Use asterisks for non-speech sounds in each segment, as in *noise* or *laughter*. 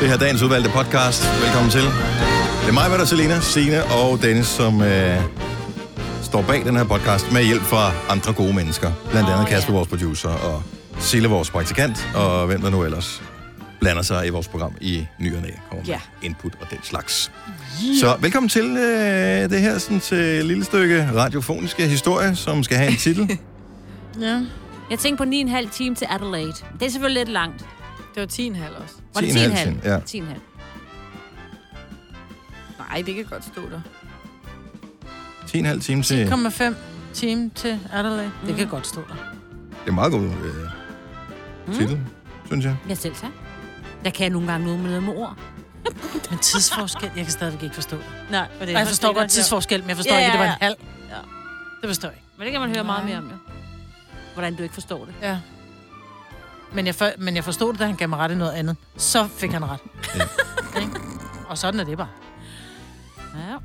Det her er dagens udvalgte podcast. Velkommen til. Det er mig, hvad der Selina, Sine og Dennis, som øh, står bag den her podcast med hjælp fra andre gode mennesker. Blandt andet Kasper, vores producer, og Sille, vores praktikant, og hvem der nu ellers blander sig i vores program i ny og næ, kommer Ja. med input og den slags. Så velkommen til øh, det her sådan, til lille stykke radiofoniske historie, som skal have en titel. Ja. Jeg tænkte på 9,5 time til Adelaide. Det er selvfølgelig lidt langt. Det var 10,5 også. Var det 10,5 10,5? time, ja. 10,5. Nej, det kan godt stå der. 10,5 time til... 1,5 time til Adelaide. Det kan godt stå der. Det er en meget god øh, titel, synes jeg. Jeg selv tak. Der kan jeg nogle gange noget med noget med ord. Men tidsforskel, jeg kan stadigvæk ikke forstå. det. Nej, og det Ej, jeg forstår godt tidsforskel, men jeg forstår Ja, ja, ikke, at det var ja, en halv. Ja. Det forstår jeg ikke. Men det kan man høre meget mere om, jo. Hvordan du ikke forstår det. Ja. Men jeg, for, men jeg forstod det, da han gav mig ret i noget andet. Så fik han ret. *laughs* Ja. Og sådan er det bare. Ja.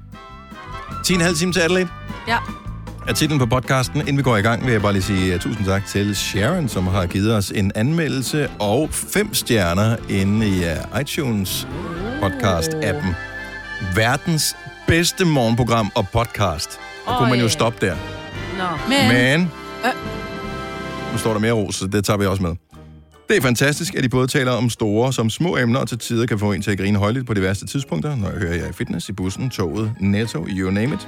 10,5 time til Adelaide. Ja. er titlen på podcasten. Inden vi går i gang, vil jeg bare lige sige uh, tusind tak til Sharon, som har givet os en anmeldelse og fem stjerner inde i uh, iTunes podcast-appen. Verdens bedste morgenprogram og podcast. Og kunne man jo Øj. stoppe der. Nå. Men, Men. Men... Nu står der mere ros, så det tager vi også med. Det er fantastisk, at de både taler om store som små emner, og til tider kan få en til at grine højligt på de værste tidspunkter, når jeg hører jer i fitness, i bussen, toget, netto, you name it.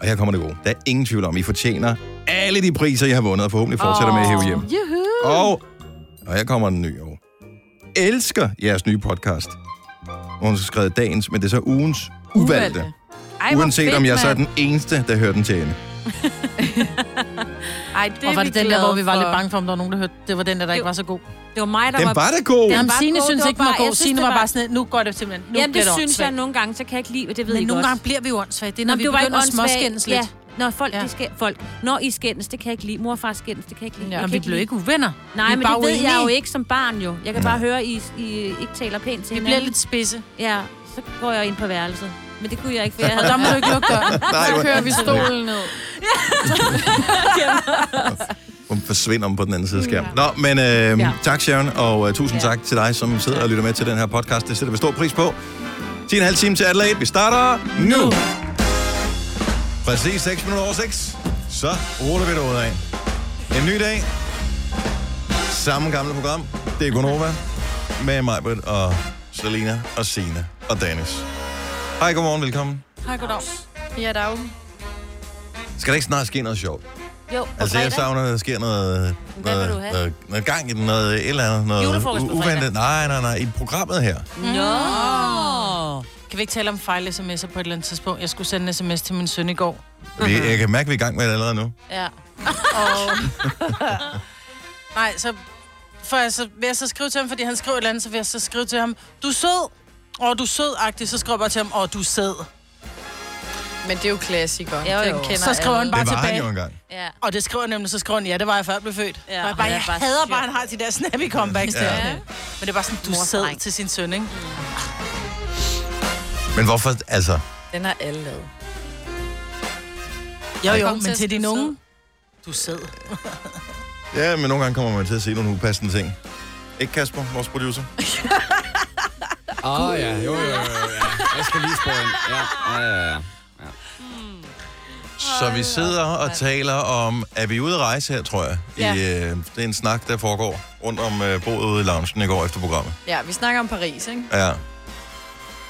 Og her kommer det gode. Der er ingen tvivl om, I fortjener alle de priser, jeg har vundet, og forhåbentlig fortsætter med at hæve hjem. Og, og her kommer den nye år. Elsker jeres nye podcast. Og hun har skrevet dagens, men det er så ugens uvalgte. Uvalgte. uvalgte. Ej, hvor Uanset fedt, om jeg så er mand. den eneste, der hører den til ende. Ej, det er Og var vi det den der, glade hvor vi var for. lidt bange for, om der var nogen, der hørte, det var den der, der ikke var så god. Det var mig, der Den var... var da god. Jamen, var Signe god, synes det var ikke, den var bare- god. jeg synes, Signe det var var- bare sådan, lidt, nu går det simpelthen. Nu Jamen, bliver det synes jeg åndssvagt. nogle gange, så kan jeg ikke lide, og det ved Men I nogle godt. gange bliver vi jo åndssvagt. Det er, når Nå, vi det var ikke begynder at åndssvagt. småskændes lidt. Ja. Når folk, ja. Ja. de skal, folk, når I skændes, det kan jeg ikke lide. Mor og far skændes, det kan jeg ikke lide. Ja. Jeg Nå, kan vi blev lide- ikke uvenner. Vi Nej, er men bare det ved jeg jo uenige. ikke som barn jo. Jeg kan bare høre, I, I ikke taler pænt til Vi hinanden. bliver lidt spidse. Ja, så går jeg ind på værelset. Men det kunne jeg ikke, *laughs* for jeg Og havde... der må du ikke lukke *laughs* døren. Nej, Så hvor- kører vi stolen ned. Hun forsvinder om på den anden side af skærmen. Nå, men øh, ja. tak Sharon, og øh, tusind ja. tak til dig, som sidder og lytter med til den her podcast. Det sætter vi stor pris på. 10,5 time til Adelaide. Vi starter nu. Præcis 6 minutter over 6. Så ruller vi det af. En ny dag. Samme gamle program. Det er Gunova med mig, og Selina og Sina og Dennis. Hej, godmorgen, velkommen. Hej, goddag. Ja, dag. Skal der ikke snart ske noget sjovt? Jo, på Altså, jeg savner, at der sker noget, Hvad vil noget, du have? noget, noget gang i den, noget et eller andet, noget Julefrokost på uventet. Nej, nej, nej, i programmet her. Åh. Kan vi ikke tale om fejl-sms'er på et eller andet tidspunkt? Jeg skulle sende en sms til min søn i går. Mhm. Vi, jeg kan mærke, at vi er i gang med det allerede nu. Ja. Og... *laughs* Nej, så, for jeg, så vil jeg så skrive til ham, fordi han skrev et eller andet, så vil jeg så skrive til ham, du er sød. Og du er sød-agtig, så skriver jeg bare til ham, og du er sød. Men det er jo klassikeren. Ja, Den jo. kender Så skriver alle. han Bare det var tilbage. han jo engang. Ja. Og det skriver jeg nemlig, så skriver han, ja, det var jeg før jeg blev født. Ja, Ja, og jeg, og bare, det er jeg bare hader sjovt. bare, at han har de der snappy comebacks Ja. ja. der. Ja. Men det er bare sådan, du er sød Mordstreng. til sin søn, ikke? Men hvorfor, altså, Den har alle lavet. Jo, jo, Kom men til at til din sige sød. unge, du er sød. ja, men nogle gange kommer man til at se nogle upassende ting. Ikke Kasper, vores *laughs* producer? Åh oh, ja, jo jo jo. jo ja. Jeg skal lige spørge ind. Ja, ja, ja. ja. Så vi sidder og taler om, er vi ude at rejse her, tror jeg? I, øh, det er en snak, der foregår rundt om øh, bordet ude i loungen i går efter programmet. Ja, vi snakker om Paris, ikke? Ja,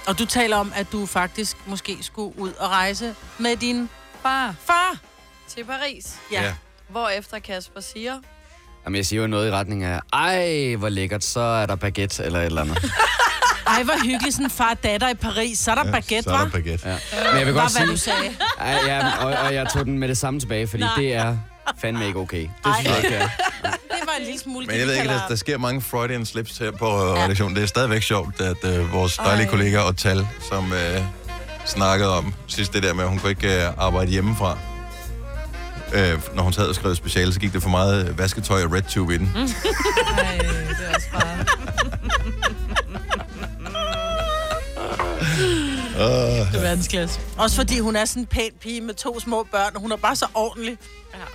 Og du taler om, at du faktisk måske skulle ud og rejse med din far. Far! Til Paris. ja. Ja. ja. Hvorefter Kasper siger... Jamen, jeg siger jo noget i retning af, ej, hvor lækkert, så er der baguette eller et eller andet. Ej, hvor hyggeligt, sådan far og datter i Paris. Så er der ja, baguette, så er der hva'? baguette. Ja. Men jeg vil godt Bare hvad du sige, sagde. ej, ja, og, og jeg tog den med det samme tilbage, fordi det er fandme ikke okay. Det synes jeg ikke, ja. Det var en lille smule... Men jeg ved ikke, der, der sker mange Freudian slips her på ja. redaktionen. Det er stadigvæk sjovt, at øh, vores dejlige Ej. Ej. kollega og Tal, som øh, snakkede om sidst det der med, at hun kunne ikke øh, arbejde hjemmefra. Øh, når hun sad og skrev speciale, så gik det for meget øh, vasketøj og RedTube i den. Mm. Ej, det er også bare... Det er verdensklasse. Også fordi hun er sådan en pæn pige med to små børn, og hun er bare så ordentlig.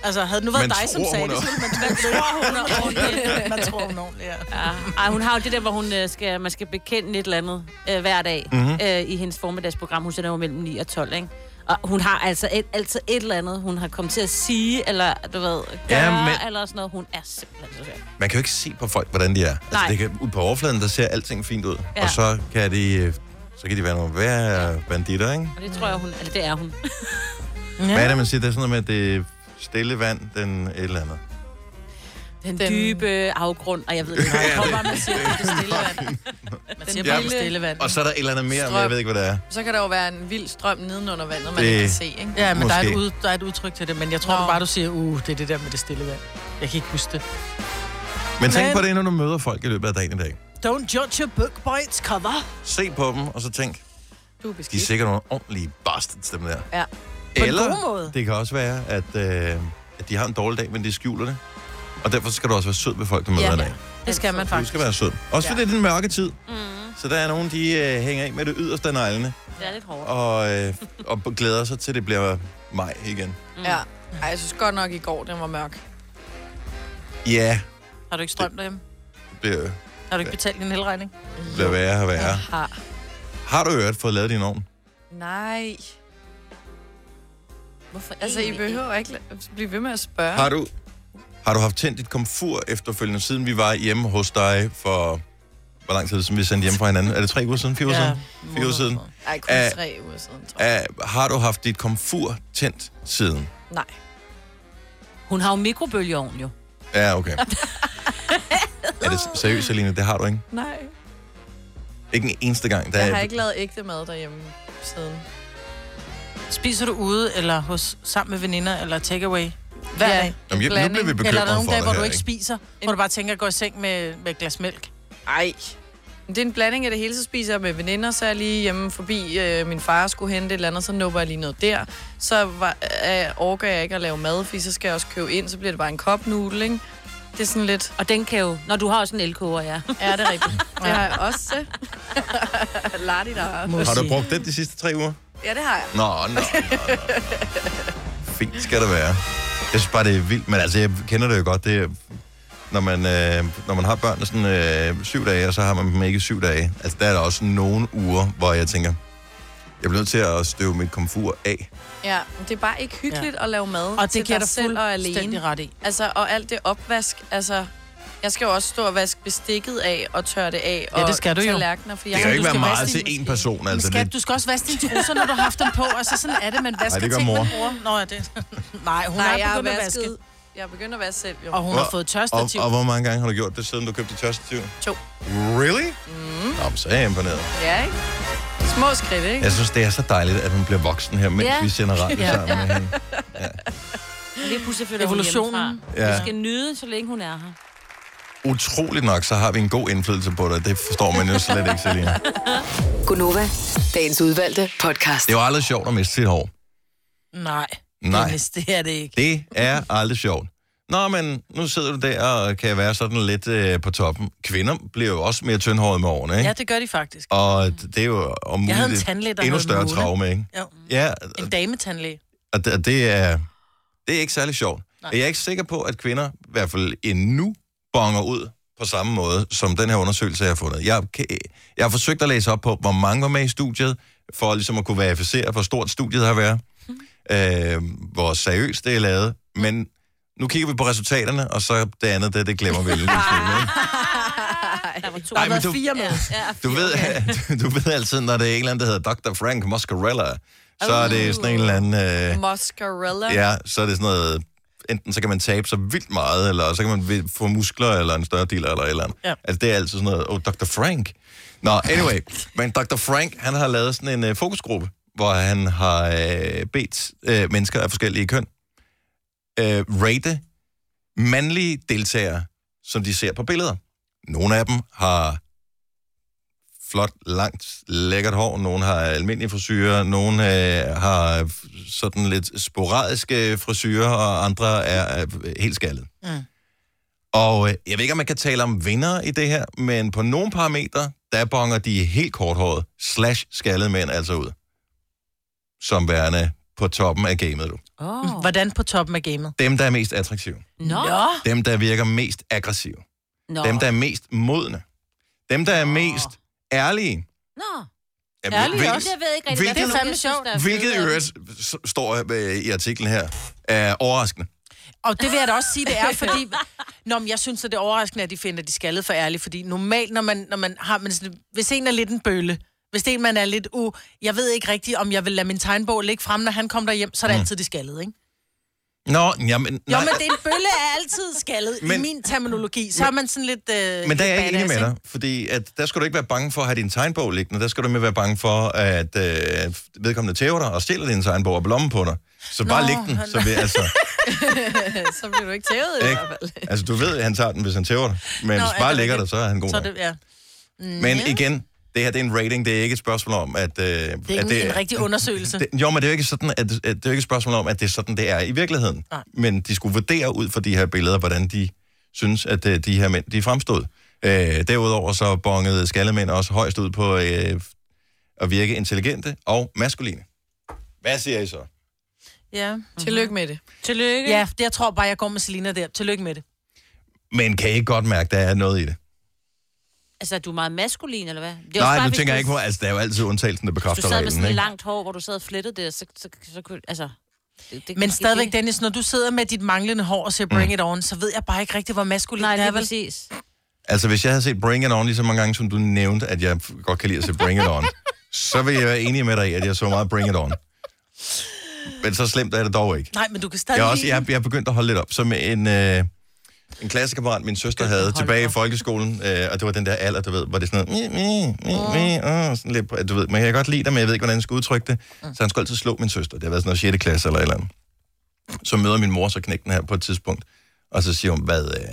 Altså, havde det nu været Man dig, som tror, sagde det, hun er- så ville man, man tror, hun er ordentlig. Man tror, hun er ordentlig, ja. Ej, hun har jo det der, hvor hun øh, skal, man skal bekende et eller andet øh, hver dag Mhm. mm-hmm. øh, i hendes formiddagsprogram. Hun sender jo mellem 9 og 12, ikke? Og hun har altså et, altid et eller andet, hun har kommet til at sige, eller du ved, gøre, Ja, ja, men- men... eller sådan noget. Hun er simpelthen så sjov. Man kan jo ikke se på folk, hvordan de er. Altså, Nej. det kan, ud på overfladen, der ser alting fint ud. Ja. Ja. Og så kan, de, øh, så kan de være nogle værre banditter, ikke? Og det tror jeg, hun, eller det er hun. Ja. Hvad er det, man siger? Det er sådan noget med, at det er stille vand, den et eller andet. Den, Den- Den... dybe afgrund, og jeg ved ikke, hvad Ja, Hvor det- bare man siger, det er stille vand. Man siger Ja. bare, det er stille vand. Og så er der et eller andet mere, men jeg Strøm. ved ikke, hvad det er. Så kan der jo være en vild strøm nedenunder vandet, man Det- det... ikke kan se, ikke? Ja, men der er, et Måske. ud, der er et udtryk til det, men jeg tror Nå. du bare, du siger, uh, det er det der med det stille vand. Jeg kan ikke huske det. Men tænk Men- på det, når du møder folk i løbet af dagen i dag. Don't judge a book by its cover. Se på dem, og så tænk, Du er de er beskidt. sikkert nogle ordentlige bastards, dem der. Ja. en Eller god måde. det kan også være, at, øh, at de har en dårlig dag, men de skjuler det. Og derfor skal du også være sød ved folk, du møder Ja. i dag. Det skal man Du faktisk. skal være sød. Også fordi det er den mørke tid. Mm. Så der er nogen, de øh, hænger af med det yderste af neglene, Det er lidt hårdt. og, øh, og glæder sig til, det bliver maj igen. Mm. Ja. Ej, jeg synes godt nok i går, den var mørk. Ja, Har du ikke strøm derhjemme? det bliver, Har du ikke betalt din elregning? bliver værre og værre. Har. Har du i øvrigt fået lavet din ovn? Nej. Hvorfor Altså, I behøver ikke la- blive ved med at spørge. Har du, har du haft tændt dit komfur efterfølgende, siden vi var hjemme hos dig for... Hvor lang tid er det, siden vi sendte hjem fra hinanden? Er det tre uger siden? Fire uger siden? Fire uger siden. Ej, kun Æh, tre uger siden, tror jeg. Uh, har du haft dit komfur tændt siden? Nej. Hun har jo mikrobølgeovn, jo. Ja, *laughs* okay. er *laughs* det seriøst, Aline? Det har du ikke? Nej. Ikke en eneste gang. Der Jeg er- har ikke lavet ægte mad derhjemme siden. Spiser du ude, eller hos, sammen med veninder, eller takeaway? Hver Ja. ja. dag? Jamen, jeg, nu blanding. bliver vi Eller Eller er bekymret der nogle for dage, dig hvor her, du ikke spiser? Hvor du bare tænker at gå i seng med, med et glas mælk? Ej. Men Det er en blanding af det hele, så spiser jeg med veninder, så er jeg lige hjemme forbi, øh, min far skulle hente et eller andet, så nupper jeg lige noget der. Så var, øh, orker jeg ikke at lave mad, fordi så skal jeg også købe ind, så bliver det bare en kopnudel, ikke? Det er sådan lidt, Og den kan jo... Når du har også en elkoger, ja. er det rigtigt? Det har jeg også *laughs* til. Lardi der. Har du brugt den de sidste tre uger? Ja, det har jeg. Nå, nå, nå, *laughs* nå, nå. Fint skal det være. Jeg synes bare, det er vildt, men altså, jeg kender det jo godt. Det er, når, man, øh, når man har børn der sådan øh, syv dage, og så har man dem ikke i syv dage. Altså, der er der også nogle uger, hvor jeg tænker, jeg bliver nødt til at støve mit komfur af. Ja, men det er bare ikke hyggeligt ja. at lave mad Og det til giver dig dig selv og alene. fuldstændig ret i. Altså, og alt det opvask, altså... Jeg skal jo også stå og vaske bestikket af og tørre det af. Ja, det og skal du jo. tallerkener, for jeg Det du kan jo ikke være skal meget vaske din til én maskine. person, Men altså. skat, Det, du skal også vaske dine trusser, når du har haft dem på. Altså, sådan er det, man vasker det gør ting, mor. man bruger. Nå, ja, det... *laughs* Nej, hun Nej, Nej, jeg er har begyndt at vasket. vaske. Jeg er begyndt at vaske selv, jo. Og hun har fået og, tørstativ. og hvor mange gange har du gjort det, siden du købte tørstativ? To. Really? Mm. Nå, men så er jeg imponeret. Ja, ikke? Små skridt, ikke? Jeg synes, det er så dejligt, at hun bliver voksen her, mens *laughs* Ja. vi sender radio Ja. sammen med hende. Det er pludselig flytter Evolutionen. Hun hjemmefra. Ja. Du skal nyde, så længe hun er her. Utroligt nok, så har vi en god indflydelse på dig. Det forstår man jo slet ikke, Selina. Gunova, dagens udvalgte podcast. Det er jo aldrig sjovt at miste sit hår. Nej, Nej. Dennis, det er det ikke. Det er aldrig sjovt. Nå, men nu sidder du der og kan være sådan lidt øh, på toppen. Kvinder bliver jo også mere tyndhårede med årene, ikke? Ja, Ja. det gør de faktisk. Og det er jo om muligt Jeg havde en et tandlæge, der endnu hed større Mone. traume, ikke? Jo. Ja, En dametandlæge. og det, og det er, det er ikke særlig sjovt. Nej. Jeg er ikke sikker på, at kvinder, i hvert fald endnu, bonger ud på samme måde, som den her undersøgelse, jeg har fundet. Jeg, kan- jeg har forsøgt at læse op på, hvor mange var med i studiet, for ligesom at kunne verificere, hvor stort studiet har været, øh, hvor seriøst det er lavet, men nu kigger vi på resultaterne, og så det andet, det, det glemmer vi lidt. Der var to. Nej, men du, Fire med. du, ved, *laughs* du ved altid, når det er en eller anden, der hedder Dr. Frank Muscarella, så er det sådan en eller anden... Øh, Mozzarella. Ja, så er det sådan noget, enten så kan man tabe sig vildt meget, eller så kan man vi- få muskler, eller en større dealer, eller et eller andet. Ja. Altså, det er altid sådan noget, oh, Dr. Frank. Nå, anyway, men Dr. Frank, han har lavet sådan en øh, fokusgruppe, hvor han har øh, bedt øh, mennesker af forskellige køn øh, rate mandlige deltagere, som de ser på billeder. Nogle af dem har flot, langt, lækkert hår, nogle har almindelige frisyrer, nogle øh, har f- sådan lidt sporadiske frisyrer, og andre er øh, helt skaldet. Mm. Og øh, jeg ved ikke, om man kan tale om vinder i det her, men på nogle parametre, der bonger de helt korthåret slash skaldede mænd altså ud. Som værende på toppen af gamet, du. Oh. Mm, Hvordan på toppen af gamet? Dem, der er mest attraktive. Nå. Nå. Dem, der virker mest aggressive. Nå. Dem, der er mest modne. Dem, der er mest ærlige. Nå. Jamen, Ærlige hvil- også. Jeg ved ikke rigtig, Hvilket- hvad Det er fandme sjovt. der er Hvilket i fede. øvrigt s- står øh, i artiklen her, er overraskende. Og det vil jeg da også sige, det er, fordi... *laughs* Nå, men jeg synes, at det er overraskende, at de finder, at de skal lidt for ærlige, fordi normalt, når man, når man har... Men sådan, hvis en er lidt en bølle, hvis det er en, man er lidt u... Uh, jeg ved ikke rigtigt, om jeg vil lade min tegnbog ligge frem, når han kommer derhjem, så er det altid de skaldede, ikke? Nå, jamen, Jo, Mm. nej. men det er en bølle er altid skaldet men, Men- i min terminologi. Så er man sådan lidt... Øh, Men der er jeg lidt ikke enig med badass, dig, fordi at der skal du ikke være bange for at have din tegnbog liggende. Der skal du mere være bange for, at øh, vedkommende tæver dig og stjæler din tegnbog og blommen på dig. Så bare Nå, læg den, så vi, altså, *laughs* så bliver du ikke tævet i ikke? hvert fald. altså, du ved, at han tager den, hvis han tæver dig. Men Nå, hvis er du bare det lægger dig, rigtigt? så er han god Så er nok. det, ja. Men igen, det her det er en rating, det er ikke et spørgsmål om, at... Øh, det er Mhm. Det er ikke det, en rigtig undersøgelse. Det, Det, jo, men det er jo ikke sådan, at, at det er jo ikke et spørgsmål om, at det er sådan, det er i virkeligheden. Nej. Men de skulle vurdere ud fra de her billeder, hvordan de synes, at øh, de her mænd, de fremstod. Øh, derudover så bongede skallemænd også højst ud på øh, at virke intelligente og maskuline. Hvad siger I så? Ja. Tillykke med det. Tillykke. ja, det, jeg tror bare, jeg går med Selina der. Tillykke med det. Men kan I ikke godt mærke, at der er noget i det? Altså, er du meget maskulin, eller hvad? Det er også Nej, bare, nu hvis tænker du- jeg ikke på, altså der er jo altid undtagelsen, der Du bekræfter sad med reglen, sådan et ikke? langt hår, hvor du sad og flettede det, så, så, så, kunne... Altså, det, det Men stadigvæk, Dennis, når du sidder med dit manglende hår og siger bring Mm. it on, så ved jeg bare ikke rigtig, hvor maskulin Nej, det er, lige vel? præcis. Altså hvis jeg havde set Bring It On lige så mange gange, som du nævnte, at jeg godt kan lide at se Bring It On, så ville jeg være enig med dig i, at jeg så meget Bring It On. Men så slemt er det dog ikke. Nej, men du kan stadig Jeg er, også, lide jeg, jeg er begyndt at holde lidt op, som en, øh, en klassekammerat, min søster havde tilbage i folkeskolen, øh, og det var den der alder, du ved, hvor det er sådan noget, mi, mi, mi, mi, åh, sådan lidt, på- du ved, men jeg kan godt lide dig, men jeg ved ikke, hvordan jeg skal udtrykke det. Mm. Så han skulle altid slå min søster. Det har været sådan noget 6. klasse eller et eller andet. Så møder min mor så knægten her på et tidspunkt, og så siger hun, hvad, øh,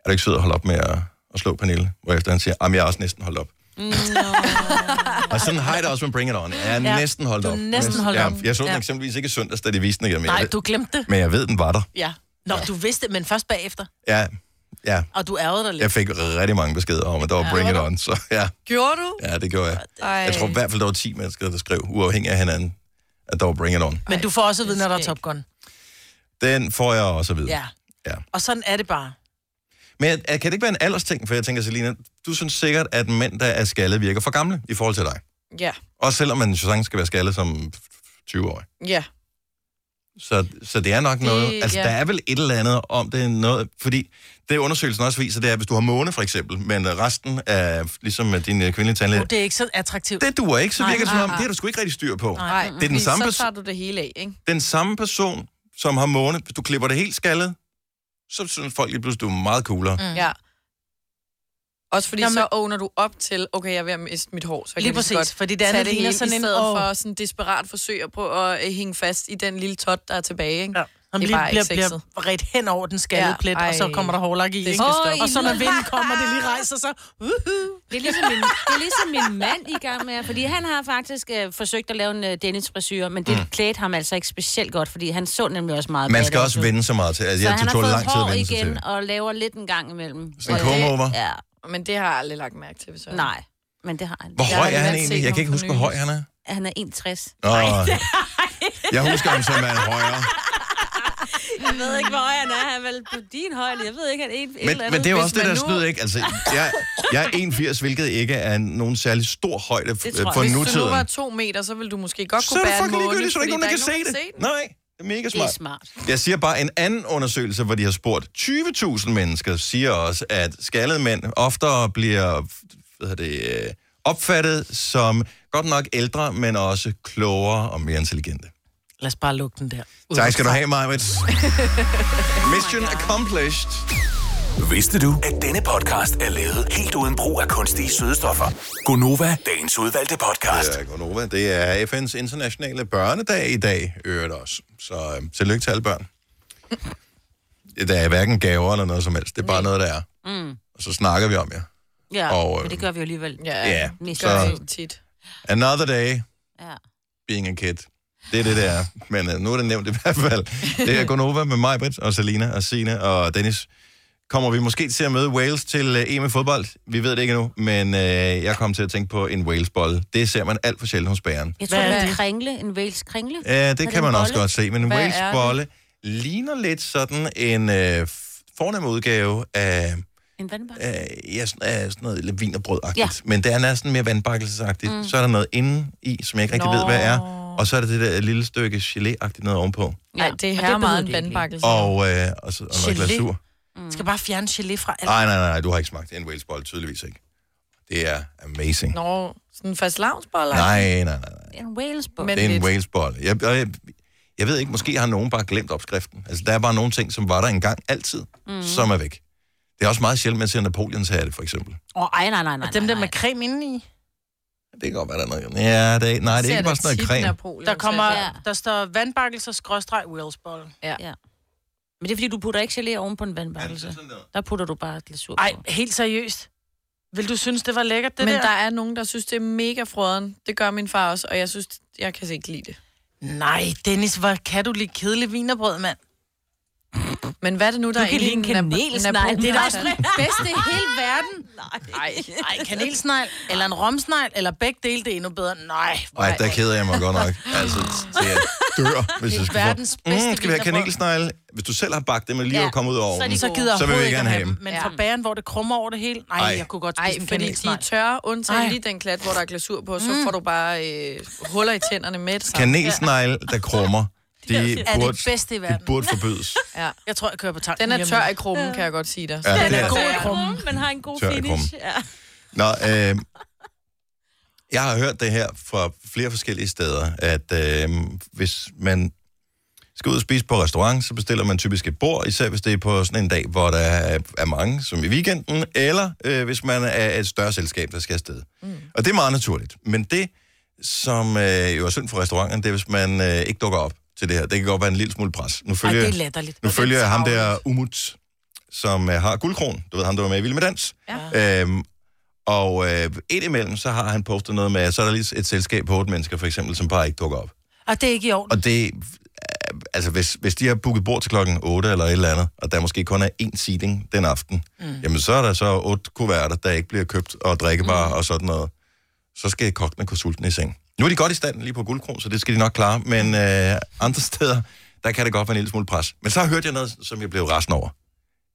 er du ikke sød at holde op med at, at slå Pernille? Hvorefter han siger, jamen jeg er også næsten holdt op. og sådan har jeg det også med Bring It *laughs* On. Jeg er ja, næsten holdt du er op. næsten holdt op. Ja, jeg så den Ja. eksempelvis ikke i søndags, da de viste den igen. men jeg Nej, ved- du glemte det. men jeg ved, den var der. Ja. Nå, du vidste det, men først bagefter. Ja, ja. Og du ærgede dig lidt. Jeg fik rigtig mange beskeder om, at der var bring it on. Så ja, Gjorde du? ja, det gjorde jeg. Ej. Jeg tror i hvert fald, der var 10 mennesker, der skrev, uafhængig af hinanden, at der var bring it on. Men du får også at vide, når der er det skal Top Gun. Den får jeg også at vide. Ja. Ja. Og sådan er det bare. Men er- kan det ikke være en aldersting? For jeg tænker, Selina, du synes sikkert, at mænd, der er skaldet, virker for gamle i forhold til dig. Ja. Også selvom man så sagtens skal være skaldet som 20-årig. Ja. Så, så det er nok noget... Altså, ja. der er vel et eller andet om det er noget... Fordi det undersøgelsen også viser, det er, at hvis du har måne for eksempel, men resten er ligesom med din øh, kvindelige tandlæge, Nu, det er ikke så attraktivt. det duer ikke, så Nej, virker det som nej, om, det nej. har du sgu ikke rigtig styr på. Nej, Det er den samme så pers- tager du det hele af, ikke? Den samme person, som har måne, hvis du klipper det helt skaldet, så synes folk lige pludselig, du er meget coolere. Mm. Mm. Ja. Også fordi Jamen- Jamen, så åbner du op til, okay, jeg er ved at miste mit hår, så jeg Lige kan lige så præcis, godt fordi det tage andet det ligner hele, sådan i en, stedet åh. for sådan en desperat forsøg at prøve at øh, hænge fast i den lille tot, der er tilbage, ikke? Ja. Han Det er lige bare bliver, ikke bliver sexet. ret hen over den skaldede Ja, plet, og så ej. kommer der hårlak i. Det Ikke? skal Åh, stoppe. Og *laughs* så når vinden kommer, det lige rejser sig. Uhuh. Det er, ligesom min, det er ligesom min mand i gang med, fordi han har faktisk øh, forsøgt at lave en øh, Dennis-frisyr, men det mm. klædte ham altså ikke specielt godt, fordi han så nemlig også meget Man badass skal også ud. vende sig meget til. Altså, Så jeg han tog har fået lang tid at hår vende sig til det. igen, og laver lidt en gang imellem. Sådan en Og det- comb-over? Ja, Men det har jeg aldrig lagt mærke til, hvis jeg... nej. Men det har han. Hvor Jeg høj har er han aldrig egentlig? set Jeg kan ikke ham huske, hvor høj han er. Han er 61. Nå, *laughs* jeg husker ham som en højere. Jeg ved ikke, hvor høj han er. Han er vel på din højde. Jeg ved ikke, han er en, et eller Men, andet. men det er jo Hvis også det, der man nu... nu- snyder, ikke? Altså, jeg, jeg er 81, hvilket ikke er nogen særlig stor højde tror f- jeg. for Hvis Hvis du nu var nutiden. to meter, så ville du måske godt Så kunne er det bære en fucking måne, ligegyldigt, så er der ikke fordi nogen, der kan ikke se det. nogen, Nej, det er mega Det er smart. smart. Jeg siger bare, en anden undersøgelse, hvor de har spurgt 20.000 mennesker, siger også, at skaldede mænd oftere bliver hvad hedder det, øh, opfattet som godt nok ældre, men også klogere og mere intelligente. Lad os bare lukke den der. Tak skal du have, Marvitt. Mission accomplished. Vidste du, at denne podcast er lavet helt uden brug af kunstige sødestoffer? Gonova, dagens udvalgte podcast. Ja, Gonova, det er FN's internationale børnedag i dag, øvrigt også. Så øh, tillykke til alle *laughs* børn. Der er hverken gaver eller noget som helst. Det er bare noget, der er. Mm. Og så snakker vi om jer. Ja, Og, øh, men det gør vi jo alligevel. Ja, Ja, Mest så- af Gør alt. det tit. Another day Ja. being a kid. Det er det, det er. Men øh, nu er det nævnt i hvert fald. Det er Gonova med mig, Britt, og Selina, og Sine og Dennis. Kommer vi måske til at møde Wales til øh, EM i fodbold? Vi ved det ikke endnu, men øh, jeg kom til at tænke på en Wales-bolle. Det ser man alt for sjældent hos bæren. Jeg tror, Hvad det er er en det? kringle. En Wales kringle. Ja, Er det kan en man også bolle? godt se, men en Hvad er Wales-bolle ligner lidt sådan en øh, f- fornem udgave af En vandbakke. øh, ja, sådan, øh, sådan noget lidt vin og brød ja. Ja. Men det er næsten mere vandbakkelsesagtigt. Mm. Så er der noget inde i, som jeg ikke rigtig Nå. ved, hvad er. Og så er der det der lille stykke gelé-agtigt noget ovenpå. Nej, det er og her meget behøver en det ikke. vandbakkelse. Og, øh, og, så, og noget ligesom. Gelé? glasur. Mm. Skal bare fjerne gelé fra alt. Nej, nej, nej, nej, du har ikke smagt en Wales bolle, tydeligvis ikke. Det er amazing. No. Nå, sådan en fast lavnsboller. Nej, nej, nej, nej. En Wales bog. Men Det er en lidt. Wales bolle. Jeg, og jeg, jeg ved ikke, måske har nogen bare glemt opskriften. Altså, der er bare nogle ting, som var der engang altid, mm. som er væk. Det er også meget sjældent, man ser Napoleons hatte, for eksempel. Åh, ej, nej, nej, nej. Dem der nej, med nej. creme indeni. Det kan godt være, der er noget. Ja, det er, nej, det er ikke bare sådan noget creme. Der, kommer, Ja. ja. der står vandbakkelser skråstreg Wellsboll. Men det er, fordi du putter ikke gelé oven på en vandbakkelse. Der putter du bare glasur på. Ej, helt seriøst. Vil du synes, det var lækkert, det Men der? der er nogen, der synes, det er mega frøden. Det gør min far også, og jeg synes, jeg kan ikke lide det. Nej, Dennis, hvor kan du lide kedelig vinerbrød, mand? Men hvad er det nu, der Du er kan lide en kanelsnegl. Det er da også det bedste i hele verden. *laughs* Nej, Ej, kanelsnegl, eller en romsnegl, eller begge dele, det er endnu bedre. Nej, hvor Nej, der keder jeg mig godt nok. Altså, det jeg dør, *laughs* hvis jeg skal verdens få... Mm, bedste skal vi have vinterbrød. kanelsnegle? Hvis du selv har bagt dem, og lige Ja, ja. er kommet ud over så er de ovnen, så gider jeg så vil vi overhovedet ikke gerne have dem. dem. Men Ja. fra bageren, hvor det krummer over det hele, nej, Ej. jeg kunne godt Nej, spise en fordi de er kanelsnegl. tørre, undtagen Ej. Mm. lige den klat, hvor der er glasur på, så får du bare øh, huller i tænderne med det samme. Kanelsnegle, der krummer, de er det burde, bedste i det verden. burde *laughs* forbydes. Ja. Jeg tror, jeg kører på tanken Den er hjemme. tør i krummen, kan jeg godt sige dig. Ja, det er god det. i krummen. Men har en god Tør i finish. Ja. Nå, øh, jeg har hørt det her fra flere forskellige steder, at øh, hvis man skal ud og spise på restaurant, så bestiller man typisk et bord, især hvis det er på sådan en dag, hvor der er, er mange, som i weekenden, eller øh, hvis man er et større selskab, der skal afsted. Mm. Og det er meget naturligt. Men det, som øh, jo er synd for restauranterne, det er, hvis man øh, ikke dukker op til det her. Det kan godt være en lille smule pres. Nu Ej, følger, det er latterligt. nu Og det er følger jeg ham tarveligt. der Umut, som øh, har guldkron. Du ved ham, der var med i Vild med Dans. Ja. Øhm, og øh, indimellem, så har han postet noget med, så er der lige et selskab på otte mennesker, for eksempel, som bare ikke dukker op. Og det er ikke i orden. Og det, øh, altså hvis, hvis de har booket bord til klokken 8 eller et eller andet, og der måske kun er én seating den aften, mm. jamen så er der så otte kuverter, der ikke bliver købt, og drikkevarer mm. og sådan noget. Så skal kokkene gå sultne i seng. Nu er de godt i stand lige på guldkron, så det skal de nok klare, Mm. men øh, andre *laughs* steder, der kan det godt være en lille smule pres. Men så hørte jeg noget, som jeg blev rasende over.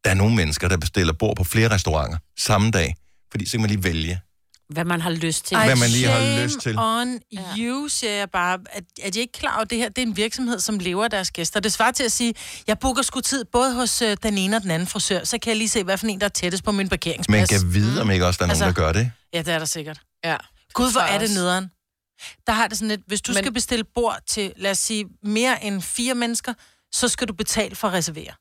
Der er nogle mennesker, der bestiller bord på flere restauranter samme dag, fordi så kan man lige vælge. Hvad man har lyst til. Ej. Ej. hvad man lige har shame lyst til. on you, siger jeg bare. At, at jeg ikke klar over at det her. Det er en virksomhed, som lever af deres gæster. Det svarer til at sige, jeg booker sgu tid både hos øh, den ene og den anden frisør, så kan jeg lige se, hvad for en, der er tættest på min Man parkeringsplads. kan vide, om ikke også der er nogen, Altså- der gør det. Ja, det er der sikkert. Ja. Gud, hvor tror jeg er det også. nederen. Der har det sådan lidt, hvis du Men- Men... skal bestille bord til, lad os sige, mere end fire mennesker, så skal du betale for at reservere.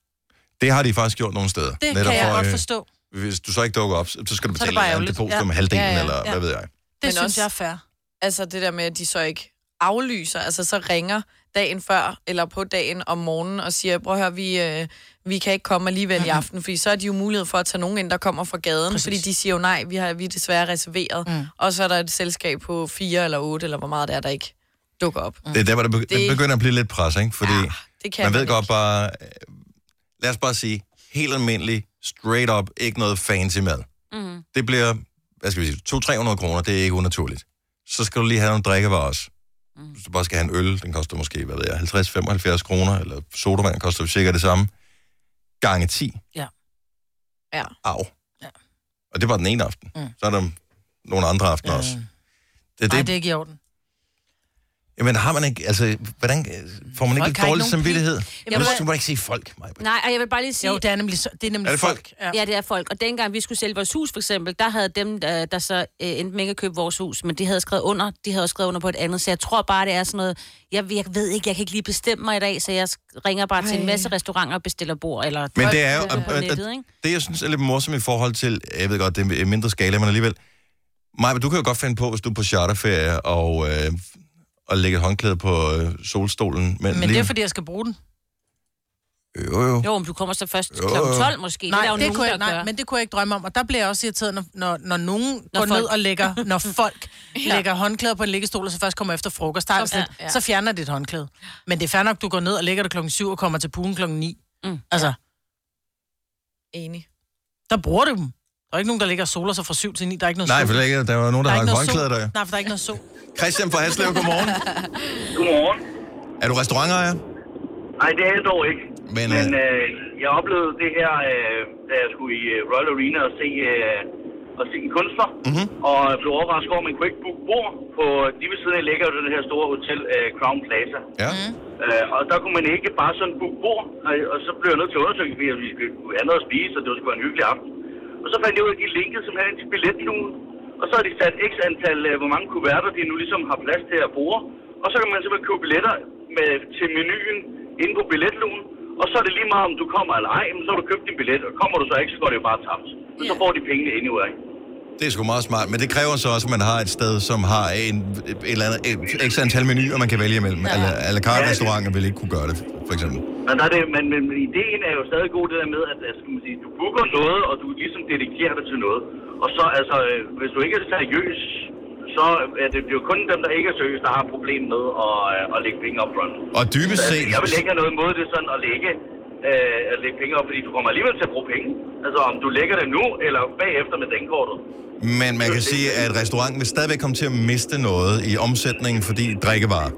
Det har de faktisk gjort nogle steder. Det Netop kan jeg for, godt øh, forstå. Det hvis du så ikke dukker op, så skal du Så er det betale bare en ærgerligt. depot Ja. som halvdelen, Ja, ja, ja, ja, eller ja. hvad ved jeg. Men synes også- jeg er fair. Altså det der med, at de så ikke aflyser, altså så ringer dagen før eller på dagen om morgenen og siger, prøv at høre, vi, øh, vi kan ikke komme alligevel i aften, fordi så er de jo mulighed for at tage nogen ind, der kommer fra gaden, Præcis. fordi de siger jo nej, vi har vi er desværre reserveret, mm. og så er der et selskab på fire eller otte, eller hvor meget det er, der ikke dukker op. Mm. Det er der, hvor det, be- det Det- begynder at blive lidt pres, ikke? Fordi ja, Det kan man ved ikke. godt bare... øh, Lad os bare sige, helt almindelig, straight up, ikke noget fancy mad. Mm. Det bliver, hvad skal vi sige, 200-300 kroner, det er ikke unaturligt. Så skal du lige have nogle drikkevarer også. Hvis du bare skal have en øl, den koster måske, hvad ved jeg, 50-75 kroner, eller sodavand koster cirka det samme. Gange 10. Ja. Au. Ja. Og det var den ene aften. Mm. Så er der nogle andre aftener mm. også. Det, Nej, det er ikke i orden. Jamen har man ikke, altså, hvordan øh, får Folk man ikke har et ikke dårligt nogen samvittighed? Jamen, ved- du må ikke sige folk, mig. Nej, og jeg vil bare lige sige, Jo, det er nemlig, så- det er nemlig Er det folk? Ja. Ja, det er folk. Og dengang vi skulle sælge vores hus, for eksempel, der havde dem, der, der så øh, endte med ikke at købe vores hus, men de havde skrevet under, de havde også skrevet under på et andet, så jeg tror bare, det er sådan noget, jeg, jeg ved ikke, jeg kan ikke lige bestemme mig i dag, så jeg sk- ringer bare Ej. til en masse restauranter og bestiller bord, eller Men det er jo, på øh, nettet, ikke? det jeg synes er lidt morsomt i forhold til, jeg ved godt, det er i mindre skala, men alligevel, Maja, du kan jo godt finde på, hvis du er på charterferie og, øh, og lægger et håndklæde på øh, solstolen. Men, Men det er, fordi jeg skal bruge den. Jo, jo. Jo, men du kommer så først Jo, kl. jo. 12 måske. Nej, det er jo det, nogen, kunne der jeg, nej, gør. men det kunne jeg ikke drømme om. Og der bliver jeg også irriteret, når, når, når nogen Når når går folk. ned folk- og *laughs* lægger, når folk ja. lægger håndklæder på en liggestol, og så først kommer efter frokost. Der, så, ja, ja. så fjerner det et håndklæde. Men det er fair nok, du går ned og lægger det klokken 7 og kommer til poolen klokken 9. Mm. Altså, Enig. Der bruger du dem. Der er ikke nogen, der ligger og soler sig fra 7 til 9. Der er ikke noget Nej, sol. for ikke. Der var nogen, der, der er der ikke har noget håndklæder sol. der. Nej, for der er ikke noget sol. Christian fra Haslev, godmorgen. Godmorgen. Er du restaurantejer? Nej, det er jeg dog ikke. Men, Men øh, øh, jeg oplevede det her, øh, da jeg skulle i øh, Royal Arena og se, øh, og se en kunstner. Mhm. Mm-hmm. Og jeg blev overrasket over, at man kunne ikke booke bord på... Lige ved siden af ligger jo det her store hotel, øh, Crown Plaza. Ja. Øh, og der kunne man ikke bare sådan booke bord, og, og så blev jeg nødt til at undersøge, fordi vi skulle have noget at spise, og det skulle være en hyggelig aften. Og så fandt jeg ud af, at de linkede simpelthen til billetlugen, og så har de sat x antal, øh, hvor mange kuverter de nu ligesom har plads til at bruge, og så kan man simpelthen købe billetter med, til menuen inde på billetlugen, og så er det lige meget, om du kommer eller ej, men så har du købt din billet, og kommer du så ikke, så går det jo bare tabt. Men så får de pengene anyway. Det er sgu meget smart, men det kræver så også, at man har et sted, som har en, et eller andet, et, x antal menuer, man kan vælge imellem. Ja. A la carte restauranter vil ikke kunne gøre det, for eksempel. Men, der er det, men, men, men ideen er jo stadig god, det der med, at, at skal man sige, du booker noget, og du ligesom dedikerer dig til noget. Og så, altså, øh, hvis du ikke er seriøs, så er det jo kun dem, der ikke er seriøse, der har et problem med at, øh, at lægge penge op front. Altså, Og dybest set... Jeg vil ikke have noget imod det sådan at lægge, øh, at lægge penge op, fordi du kommer alligevel til at bruge penge. Altså, om du lægger det nu, eller bagefter med dankortet. Men man kan sige, at restauranten vil stadigvæk komme til at miste noget i omsætningen, fordi drikkevarer.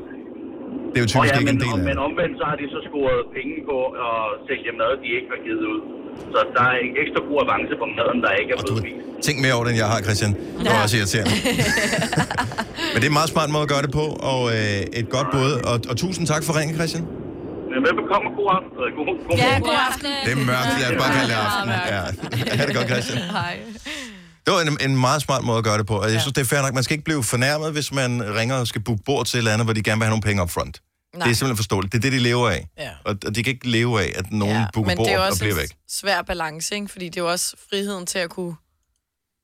Det er jo Og typisk ja, ikke men, en del om, af men det. omvendt, så har de så scoret penge på at sælge mad, de ikke har givet ud. Så der er en ekstra god avance på maden, der ikke er blevet spist. Tænk mere over det, end jeg har, Christian. Det var også irriterende. men det er en meget smart måde at gøre det på, og øh, et godt bud. Og, og tusind tak for ringen, Christian. Men velbekomme, god aften. øh, God, god Ja, morgen. god aften. Det er mørkt, lad os bare kalde det aften. *laughs* Ja. Ha' det godt, Christian. Hej. Det var en, en meget smart måde at gøre det på, og jeg synes, det er fair nok. Man skal ikke blive fornærmet, hvis man ringer og skal booke bord til et eller andet, hvor de gerne vil have nogle penge up front. Det er simpelthen forståeligt. Det er det, de lever af. Ja. Og, og de kan ikke leve af, at nogen ja, booker men bord det er og også bliver en væk. svær balance, ikke? Fordi det er jo også friheden til at kunne,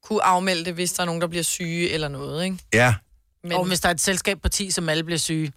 kunne afmelde det, hvis der er nogen, der bliver syge eller noget, ikke? Ja, Men, Men... Og hvis der er et selskab på 10, som alle bliver syge,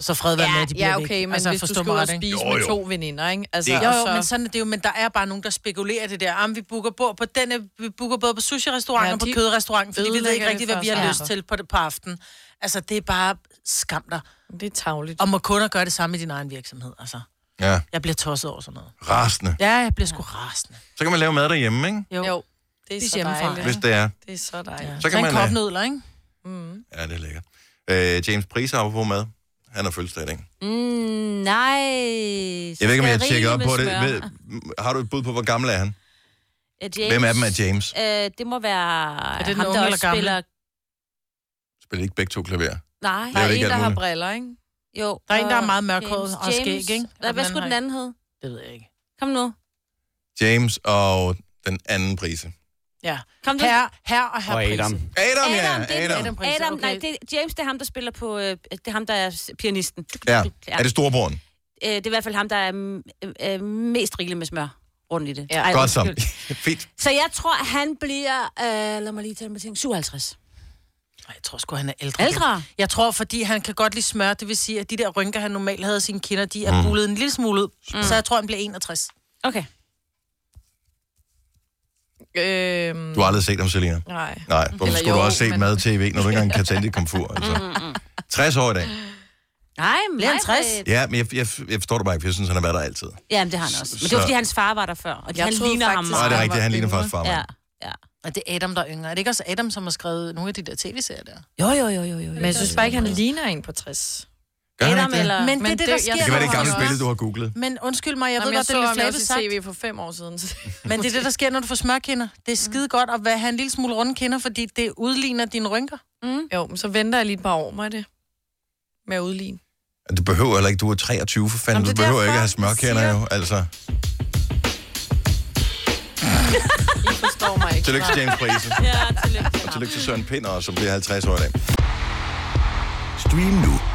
så fred være med, ja, at de bliver ja, væk. okay, men altså, altså, hvis forstå du skal ud mig og ret, ikke? spise jo, Jo, jo. med jo. to veninder, ikke? Altså, Det er- Jo, og jo, så, men sådan er det jo, men der er bare nogen, der spekulerer det der. Jamen, vi booker bord på denne, vi booker både på sushi-restaurant Ja, og på de kødrestauranten, fordi vi ved ikke ødelægger rigtigt, det hvad vi for har os lyst andre. til på det på aftenen. Altså, det er bare skam dig. det er tavligt. Og må kunder gøre det samme i din egen virksomhed, altså. ja. Jeg bliver tosset over sådan noget. Rasende. Ja, jeg bliver sgu rasende. Så kan man lave mad derhjemme, ikke? Jo. Jo, det er Spis så hjemmefra. dejligt. Hvis det er. Det er så dejligt. Så Så kan en man... kop øh, nudler, ikke? Ja, det er lækkert. Øh, James Price har på mad. Han har fødselsdag i dag. Mm, nej. Jeg ved ikke, om jeg har tjekket op på det. Ved, har du et bud på, hvor gammel er han? James, Hvem af dem er James? Øh, det må være det den ham, unge der eller også gamle? spiller... Spiller ikke begge to klaver. Nej, Der Jeg er ved ikke en, der alt har muligt. briller, ikke? jo. Der er en, der er og meget mørkhåret James- og skæg, James. ikke? Hvad, Og hvad den skulle den har anden hed? Det ved jeg ikke. Kom nu. James og den anden Price. Ja. Kom nu. Herre, herre og herre Og Adam. Prise. Adam, ja! Adam, det er den- Adam. Adam Price, Adam, okay. nej, det, James, det er ham, der spiller på... Øh, det er ham, der er s- pianisten. Ja. ja. Er det storebroren? Øh, det er i hvert fald ham, der er mm, øh, øh, mest rigelig med smør rundt i det. Ja. Ej, Godt så. undskyld. *laughs* Fedt. Så jeg tror, at han bliver... Øh, lad mig lige tælle mig ting. 57. Nej, jeg tror sgu, han er ældre. Ældre? Jeg tror, fordi han kan godt lide smør, det vil sige, at de der rynker, han normalt havde i sine kinder, de er mm. bulet en lille smule ud. Mm. Så jeg tror, han bliver 61. Okay. Øhm, Du har aldrig set ham, Selina. nej. Nej, hvorfor Eller skulle du jo, også se men- mad-tv, når du ikke engang kan tænde dit *laughs* komfur? Altså. 60 år i dag. Mm, Nej, men Bliver han 60? Ja, men jeg, jeg, jeg forstår det bare ikke, for jeg synes, han har været der altid. Ja, men det har han også. Men det var, Så- fordi hans far var der før, og de, Jeg han troede ligner ham faktisk- Nej, meget. det han var er rigtigt, han ligner yngre. faktisk farmand. Ja, ja. Og det er Adam, der er yngre. Er det ikke også Adam, som har skrevet nogle af de der tv-serier der? Jo, jo, jo, jo, jo. Men jeg synes bare ikke, han ligner en på 60. Gør han Adam ikke det? eller... Men, det er Men det, det- der jeg sker. Det kan være det når- gamle billede, du har googlet. Men undskyld mig, jeg ved Jamen, godt, det er lidt ham jo også flabet sagt. i tv for fem år siden. så- Men det er det, der sker, når du får smørkinder. Det er skide godt at være- have en lille smule runde kinder, fordi det udligner dine rynker. Mm. jo, men så venter jeg lige et par år med det. Med at udligne. Du behøver heller ikke, du er 23 for fanden. Jamen, Du det er behøver derfor, ikke at have jeg smørkænder jo, altså. I forstår mig ikke. Tillykke til James Price. Ja, tillykke. Og tillykke til Søren Pinder, som bliver 50 år i dag. Stream nu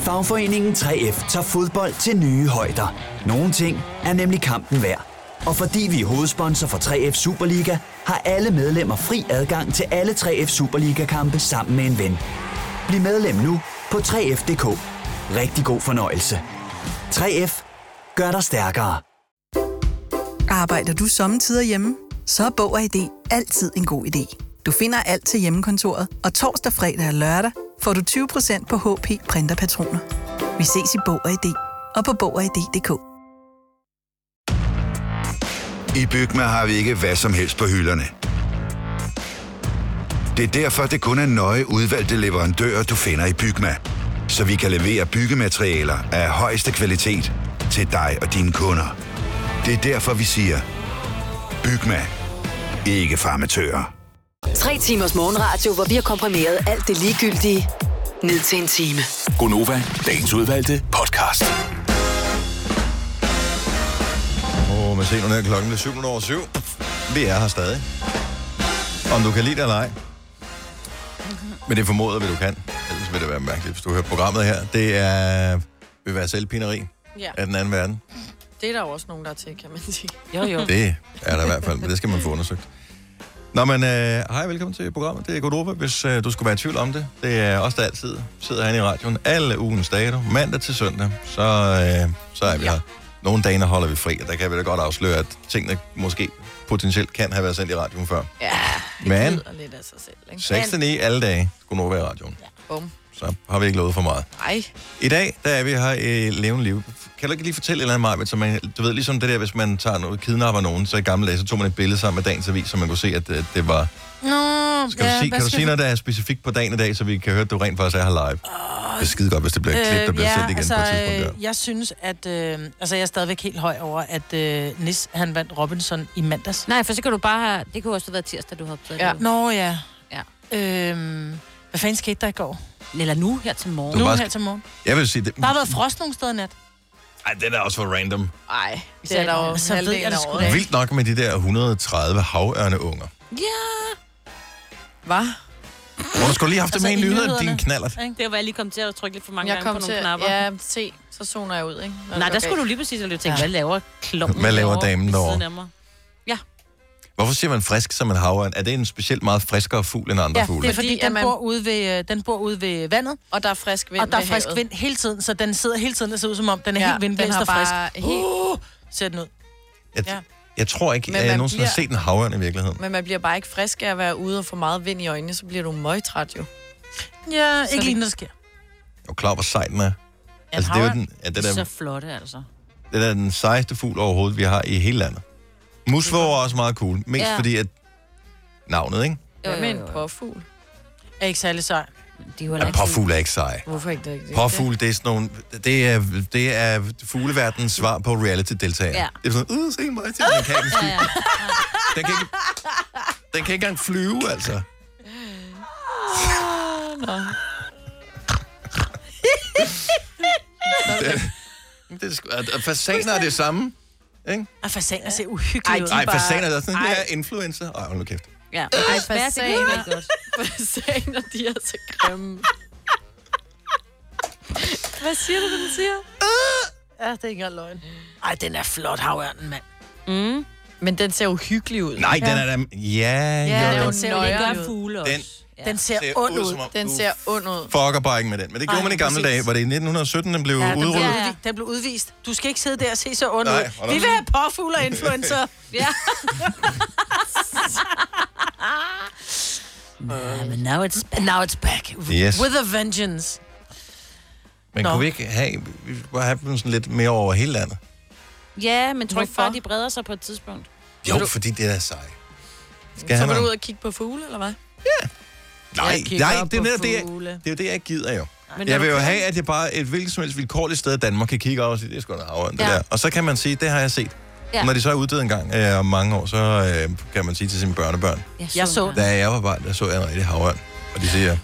Fagforeningen 3F tager fodbold til nye højder. Nogle ting er nemlig kampen værd. Og fordi vi er hovedsponsor for 3F Superliga, har alle medlemmer fri adgang til alle 3F Superliga-kampe sammen med en ven. Bliv medlem nu på 3F.dk. Rigtig god fornøjelse. 3F gør dig stærkere. Arbejder du sommetider hjemme? Så er Bog og ID altid en god idé. Du finder alt til hjemmekontoret, og torsdag, fredag og lørdag får du 20% på HP Printerpatroner. Vi ses i Bog og ID og på Bog og ID.dk. I Bygma har vi ikke hvad som helst på hylderne. Det er derfor, det kun er nøje udvalgte leverandører, du finder i Bygma. Så vi kan levere byggematerialer af højeste kvalitet til dig og dine kunder. Det er derfor, vi siger, Bygma. Ikke farmatører. Tre timers morgenradio, hvor vi har komprimeret alt det ligegyldige ned til en time. Gonova, dagens udvalgte podcast. Åh, man ser nu her klokken er 7 over 7. Vi er her stadig. Om du kan lide det eller ej. Men det formoder vi, du kan. Ellers vil det være mærkeligt, hvis du hører programmet her. Det er, vil være selvpineri Ja. af den anden verden. Det er der jo også nogen, der er til, kan man sige. Jo, jo. Det er der i hvert fald, men det skal man få undersøgt. Nå, men øh, hej, velkommen til programmet. Det er Godova, hvis øh, du skulle være i tvivl om det. Det er os, der altid sidder herinde i radioen. Alle ugens dage, du. mandag til søndag, så, øh, så er vi ja. her. Nogle dage der holder vi fri, og der kan vi da godt afsløre, at tingene måske potentielt kan have været sendt i radioen før. Ja, Men og lidt af sig selv. Ikke? 6 til 9 alle dage skulle Nova i radioen. Bum. Så har vi ikke lovet for meget. Ej. I dag, der er vi her i levende liv. Kan du ikke lige fortælle et eller andet, Marvind, så man, du ved, ligesom det der, hvis man tager noget, kidnapper nogen, så i gamle dage, så tog man et billede sammen med dagens avis, så man kunne se, at det, det var... Nå, Skal ja, du sige, kan du sige noget, der er specifikt på dagen i dag, så vi kan høre, at du rent faktisk er her live? Oh, det er skide godt, hvis det bliver klippet og bliver sendt igen altså, på et tidspunkt. Der. øh, Jeg synes, at... Øh, altså, jeg er stadigvæk helt høj over, at øh, Nis, han vandt Robinson i mandags. Nej, for så kan du bare have... Det kunne også have været tirsdag, du havde optaget Ja. det. Nå, ja. ja. Øhm, hvad fanden skete der i går? Eller nu her til morgen. Nu Du var- her til morgen. Jeg vil sige, det, Der har været frost nogle steder i nat. Øh, ej, den er også for random. Ej, det er der jo Så ved jeg halvdelen det af sgu året. Vildt nok med de der 130 havørneunger. Ja. Hvad? Hvor du skulle lige have haft det med i nyhederne, din knallert. Det var jeg lige kom til at trykke lidt for mange Jeg gange kom på nogle til- knapper. ja, se, så zoner jeg ud, ikke? Når Nej, der det går skulle galt. du lige præcis have tænkt, ja. hvad laver klumpen Hvad laver damen ved derovre? siden af mig? Hvorfor siger man frisk som en havørn? Er det en specielt meget friskere fugl end andre Ja, fugle? det er fordi, Fordi, den, at man- bor ude ved, øh, den bor ude ved vandet, Og der er frisk vind og der er ved frisk havet. vind hele tiden, så den sidder hele tiden og ser ud som om, den er Ja, helt vindblæst den og har frisk. bare helt- Uh, ser den ud. Jeg, Ja. jeg tror ikke, Men at jeg man nogensinde har bliver- set en havørn i virkeligheden. Men man bliver bare ikke frisk af at være ude og få meget vind i øjnene, så bliver du møgtræt jo. Ja, ikke det- lige, når det sker. Og klar, hvor sej den er. Altså, det er jo havørn, den, ja, det, Det er er, så den- flotte, altså. det er den sejeste fugl overhovedet, vi har i hele landet. Musvåger er også meget cool. Mest Ja. fordi, at navnet, ikke? Hvad med en påfugl? Er ikke særlig sej. De er jo heller Ja, ikke påfugl er ikke sej. Hvorfor ikke det? det- Påfugl, det er sådan nogle... Det er, det er fugleverdens svar på reality-deltagere. Ja. Det er sådan, øh, se mig til den kan ikke flyve. Den kan ikke, den kan ikke engang flyve, altså. Det, det er sgu- og- og fasaner er det samme, ikke? Og Ah, fasaner ser uhyggeligt ud. Nej, bare- fasaner er sådan, det Ej. er influencer. Ej, hold nu kæft. Ja, Ej, Desværre, det kan fasaner. ikke godt. Fasaner, de er så grimme. Hvad siger du, hvad den siger? Øh! Ja, det er ikke engang løgn. Ej, den er flot, havørnen, mand. Mm. Men den ser uhyggelig ud. Nej, den er da... Ja, Ja, jo, jo. den Det ser er jo det, nøjeren gør ud. fugle Den- også. Ja. Den ser Ser ond ud ud. som om- Den Du ser ond ud. fucker bare ikke med den. Men det gjorde Nej, man i gamle præcis. dage. Var det i 1917, den blev ja, den, udryddet? blev Ja, ja. udvist, den blev udvist. Du skal ikke sidde der og se så ond Nej, ud. hold Vi op. vil have påfugle og *laughs* influencer. Ja. Nah, but now it's *laughs* Now it's back. Yes. With a vengeance. Men Nå. kunne vi ikke have, vi skulle bare have dem sådan lidt mere over hele landet? Ja, men tror ikke bare, Hvorfor? de breder sig på et tidspunkt. Jo, fordi det er sej. Skal Så han var du ud have? og kigge på fugle, eller hvad? Nej, Jeg kigger nej, det er på netop det, jeg, fugle. det er jo det, jeg ikke gider jo. Men Jeg når vil du jo kan- have, at jeg bare et hvilket som helst vilkårligt sted i Danmark kan kigge over og sige, det er sgu da havørn, det Ja. der. Og så kan man sige, det har jeg set. Ja. Når de så er uddøde en gang øh, om mange år, så øh, kan man sige til sine børnebørn, Jeg så den. da jeg var barn, der så jeg en rigtig havørn. Og de siger,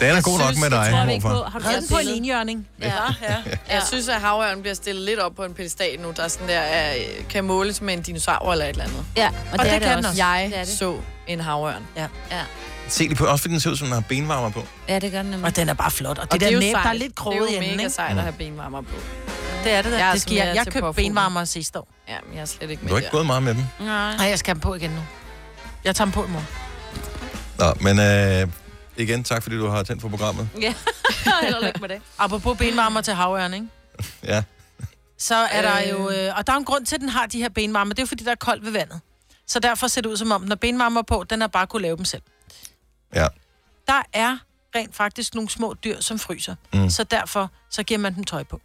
den er god nok synes, med det dig, Tror vi ikke på. morfar. Har du Red set den på en billedet? indjørning. Ja. Ja. Jeg synes, at havørnen bliver stillet lidt op på en pedestal nu, der er sådan der, øh, kan måles med en dinosaur eller et eller andet. Ja, Og er det kan den også. Det er Jeg det. så en havørn. Se det på, også fordi den ser ud som, den har benvarmer på. Ja, det gør den nemlig. Og den er bare flot. Og det, Og der det er jo næb, sejt. der er lidt Det er kroget i jo enden, mega ikke? sejt at have benvarmer på. Det er det der. Jeg er det skal sådan jeg. mere Jeg til købte påfugle. benvarmer sidste år. Ja, men jeg er slet ikke Du med har ikke gået meget med dem. Nej. Nej, jeg skal have dem på igen nu. Jeg tager dem på i morgen. Nå, men øh, igen, tak fordi du har tændt for programmet. *laughs* Ja, eller lykke med det. Apropos benvarmer til havørn, ikke? Ja. Så er der jo... Øh, og der er en grund til, at den har de her benvarmer. Det er jo, fordi, der er koldt ved vandet. Så derfor ser det ud som om, når benvarmer er på, den har bare kunne lave dem selv. Ja. Der er rent faktisk nogle små dyr, som fryser. Mm. Mm. Så derfor, så giver man dem tøj på.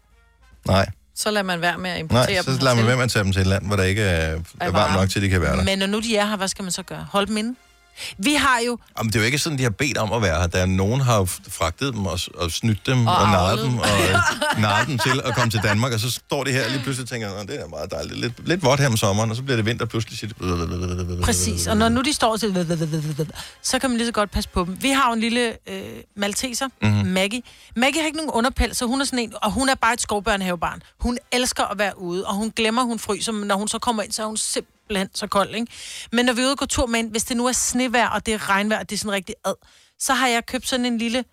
Nej, Så lader man være med at importere nej så dem lader man hertil. være med at tage dem til et land, hvor der ikke er, er varmt nok til, at de kan være der. Men når nu de er her, hvad skal man så gøre? Hold dem inde. Vi har jo... Jamen, det er jo ikke sådan, de har bedt om at være her. Der er nogen, har jo fragtet dem og, og snydt dem og, Og og narret avlet. dem og øh, narret dem til at komme til Danmark. Og så står de her og lige pludselig og tænker, "Nå, det er meget dejligt. Lidt, lidt vådt her om sommeren, og så bliver det vinter pludselig. Sit. Præcis, og når nu de står til, så kan man lige så godt passe på dem. Vi har jo en lille øh, malteser, Mhm. mm-hmm. Maggie. Maggie har ikke nogen underpels, så hun er sådan en, og hun er bare et skovbørnehavebarn. Hun elsker at være ude, og hun glemmer, hun fryser, men når hun så kommer ind, så er hun simpelthen så kold, ikke? Men når vi er ude og går tur med hende, hvis det nu er snevejr, og det er regnvejr, og det er sådan rigtig ad, så har jeg købt sådan en lille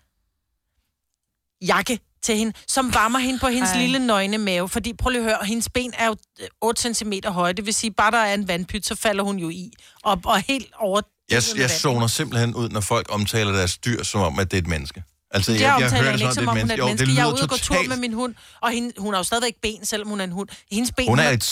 jakke til hende, som varmer hende på hendes Ej. Ej. lille nøgne mave. Fordi, prøv lige at høre, hendes ben er jo øh, 8 cm høje. Det vil sige, bare der er en vandpyt, så falder hun jo i. Og, og helt over... Jeg, jeg zoner simpelthen ud, når folk omtaler deres dyr, som om, at det er et menneske. Altså, jeg, jeg, jeg, jeg, omtaler hører det hende ikke, sådan, som om hun er at det et er menneske. jeg er ude et menneske. Jo, det og lyder gå tur med totalt... min hund, og hende, hun har jo stadigvæk ben, selvom hun er en hund. Hendes ben... Hun er et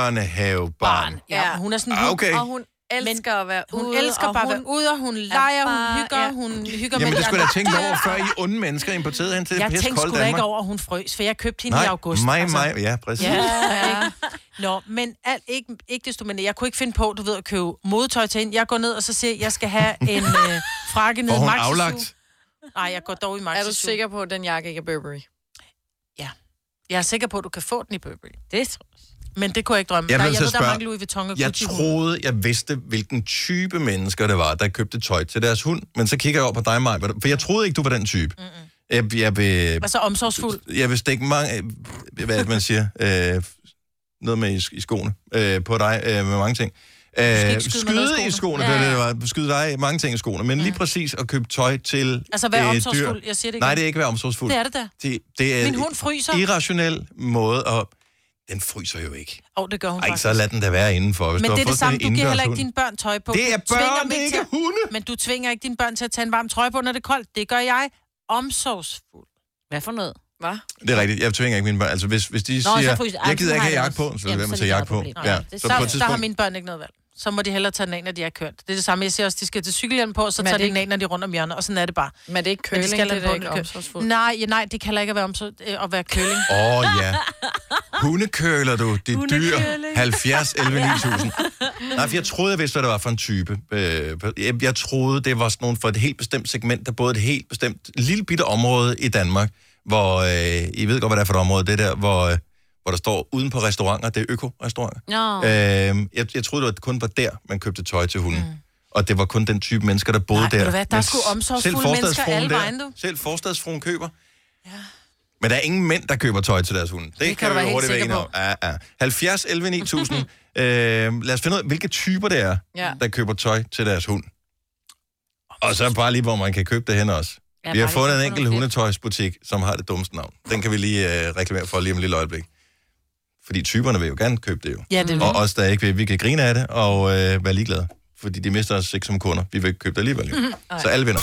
skovbørnehavebarn. Ja, hun er sådan en Ah, hund. okay. Og hun elsker at være hun ude, elsker og bare at hun være ude, og hun leger, hun hygger, ja. hun hygger Jamen, med det de skulle jeg da andre tænke dyr. over, før I onde mennesker importerede hende til det Jeg pisse tænkte kolde sgu da Danmark. ikke over, at hun frøs, for jeg købte hende Nej, i august. altså. mig, mig- ja, præcis. Ja, ikke? Nå, men alt, ikke, ikke desto mindre. Jeg kunne ikke finde på, du ved, at købe modetøj til hende. Jeg går ned og så siger, jeg, jeg skal have en øh, frakke ned Får i hun Maxi aflagt? Nej, jeg går dog i Maxi Er du sikker på, at den jakke ikke er Burberry? Ja. Jeg er sikker på, at du kan få den i Burberry. Det tror jeg. Men det kunne jeg ikke drømme. Jeg der, er jeg nødt til ved, at der er spørge, mange Louis Vuitton og jeg Gucci. troede, jeg vidste, hvilken type mennesker det var, der købte tøj til deres hund, men så kigger jeg over på dig, Maj, for jeg troede ikke, du var den type. Jeg, jeg, vil, Altså omsorgsfuld. jeg vil stikke mange, øh, hvad er det, man siger, øh, noget med i, sk- i skoene øh, på dig, øh, med mange ting. Øh, ikke skyde mig noget i skyde i skoene. skoene, Ja, ja, ja. det var. Skyde dig mange ting i skoene, men lige præcis at købe tøj til Altså, vær øh, omsorgsfuld. Jeg siger det igen. Nej, det er ikke være omsorgsfuld. Det er det da. Det, det er Min hund fryser. en irrationel måde, og den fryser jo ikke. Åh, det gør hun Ej, faktisk. så lad den da være indenfor. Hvis Men du det har er det fået sådan samme, en du giver heller ikke indendørshund. dine børn tøj på. Det er Du tvinger børn, dem det er til- ikke hunde. Men du tvinger ikke dine børn til at tage en varm trøje på, når det er koldt. Det gør jeg omsorgsfuld. Hvad for noget? Hvad? Det er rigtigt. Jeg tvinger ikke mine børn. Altså, hvis, hvis de Nå, så siger, fryser- Ej, jeg gider så ikke har have jeg jakke på, også- så lad være Jamen, med at så tage er det jakke på. et Ja. problem. Så der, på et der har tidspunkt... mine børn ikke noget valg. Så må de hellere tage den af, når de er kørt. Det er det samme, jeg siger også, de skal til cykelhjelm på, så Men er tager det de den af, når de er rundt om hjørnet, og sådan er det bare. Men det er ikke curling, det er da ikke omsorgsfuldt. Nej, ja, nej, det kan heller ikke være omsorg, øh, at være køling. Åh, oh, *laughs* ja. Hundekøler, du. Det er dyr. Hundekøling. 70, 11, 9000. Nej, for jeg troede, jeg vidste, hvad det var for en type. Øh, Jeg, jeg troede, det var sådan nogen for et helt bestemt segment, der både et helt bestemt lille bitte område i Danmark, hvor, øh, I ved godt, hvad det er for et område, det der, hvor, øh, hvor der står uden på restauranter, det er øko-restauranter. Nå. Øh, jeg, jeg troede, det var- kun var der, man købte tøj til hunden. Mm. Og det var kun den type mennesker, der boede Nej, der. ved du hvad, der er Men sgu s- omsorgsfulde selv mennesker forstadsfruen alle der- vegne, du. Selv forstadsfruen køber. Men der er ingen mænd, der køber tøj til deres hunde. Det, det kan, kan du vi være helt hurtigt være enige sikker om. Ja, ja. 70, *laughs* 11, 9000. øh, lad os finde ud af, hvilke typer det er, Ja. der køber tøj til deres hund. Og så bare lige, hvor man kan købe det hen også. Ja, vi har bare lige fundet en få enkelt nogle hundetøjsbutik, som har det dummeste navn. Den kan vi lige øh, reklamere for lige om et lille øjeblik. Fordi typerne vil jo gerne købe det jo. Ja, det vil og de. os, der ikke vil, vi kan grine af det og øh, være ligeglade. Fordi de mister os ikke som kunder. Vi vil ikke købe det alligevel. *laughs* Jo. Mhm. Så alle vinder.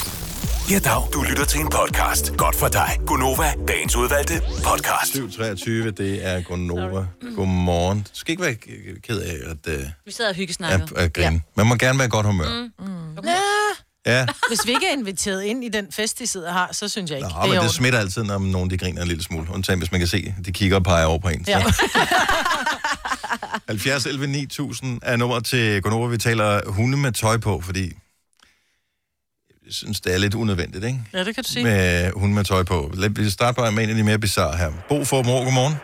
Ja, dag. Du lytter til en podcast. Godt for dig. Gunova, dagens udvalgte podcast. 7.23, det er Gonova. Mm. Godmorgen. Du skal ikke være øh, ked af at, øh, Vi sidder og hyggesnakker. at, at grine. Man må gerne være i godt humør. Mm. Ja. Ja. Hvis vi ikke er inviteret ind i den fest, de sidder og har, så synes jeg ikke. Nå, men det smitter altid, når nogen de griner en lille smule. Undtagen, hvis man kan se, at de kigger og peger over på en. Ja. Ja. 70 11 9000 er nummer til Gonova. Vi taler hunde med tøj på, fordi jeg synes, det er lidt unødvendigt, ikke? ja, det kan du sige. Med hunde med tøj på. Lad vi starte bare med en af de mere bizarre her. Bo Formor, godmorgen.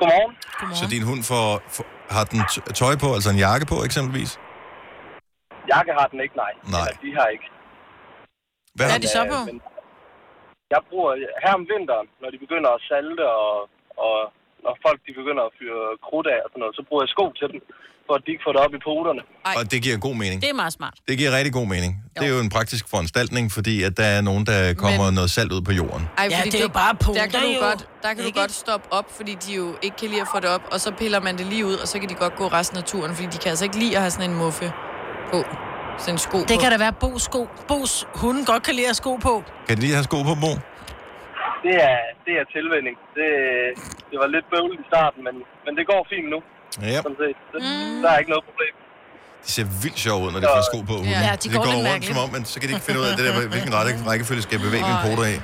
Godmorgen. Så din hund får, får, har den t- tøj på, altså en jakke på eksempelvis? Jakke har den ikke, nej. Nej. Eller de har ikke. Hvad har Men, øh, men Jeg bruger her om vinteren, når de begynder at salte, og, og når folk de begynder at fyre krudt af og sådan noget, så bruger jeg sko til dem. for at de ikke får det op i poterne. Og det giver god mening. Det er meget smart. Det giver rigtig god mening. Det er jo en praktisk foranstaltning, fordi at der er nogen, der kommer Men... noget salt ud på jorden. Ej, Ja, fordi det er jo bare Der poter kan, du jo. godt, der kan du godt stoppe op, fordi de jo ikke kan lide at få det op, og så piller man det lige ud, og så kan de godt gå resten af turen, fordi de kan altså ikke lide at have sådan en muffe på. Sådan en sko Det på. kan da være Bo's sko. Bo's hunden godt kan lide at have sko på. Kan de lige have sko på, Bo? Det er, det er tilvænding. Det, det var lidt bøvlet i starten, men, men det går fint nu. Ja. Sådan set. Det, mm. Der er ikke noget problem. De ser vildt sjove ud, når de får sko på. hunden. Ja, de går lidt rundt, mærkeligt. som om, men så kan de ikke finde ud af, det der, hvilken rette, rækkefølge skal jeg bevæge min poter af.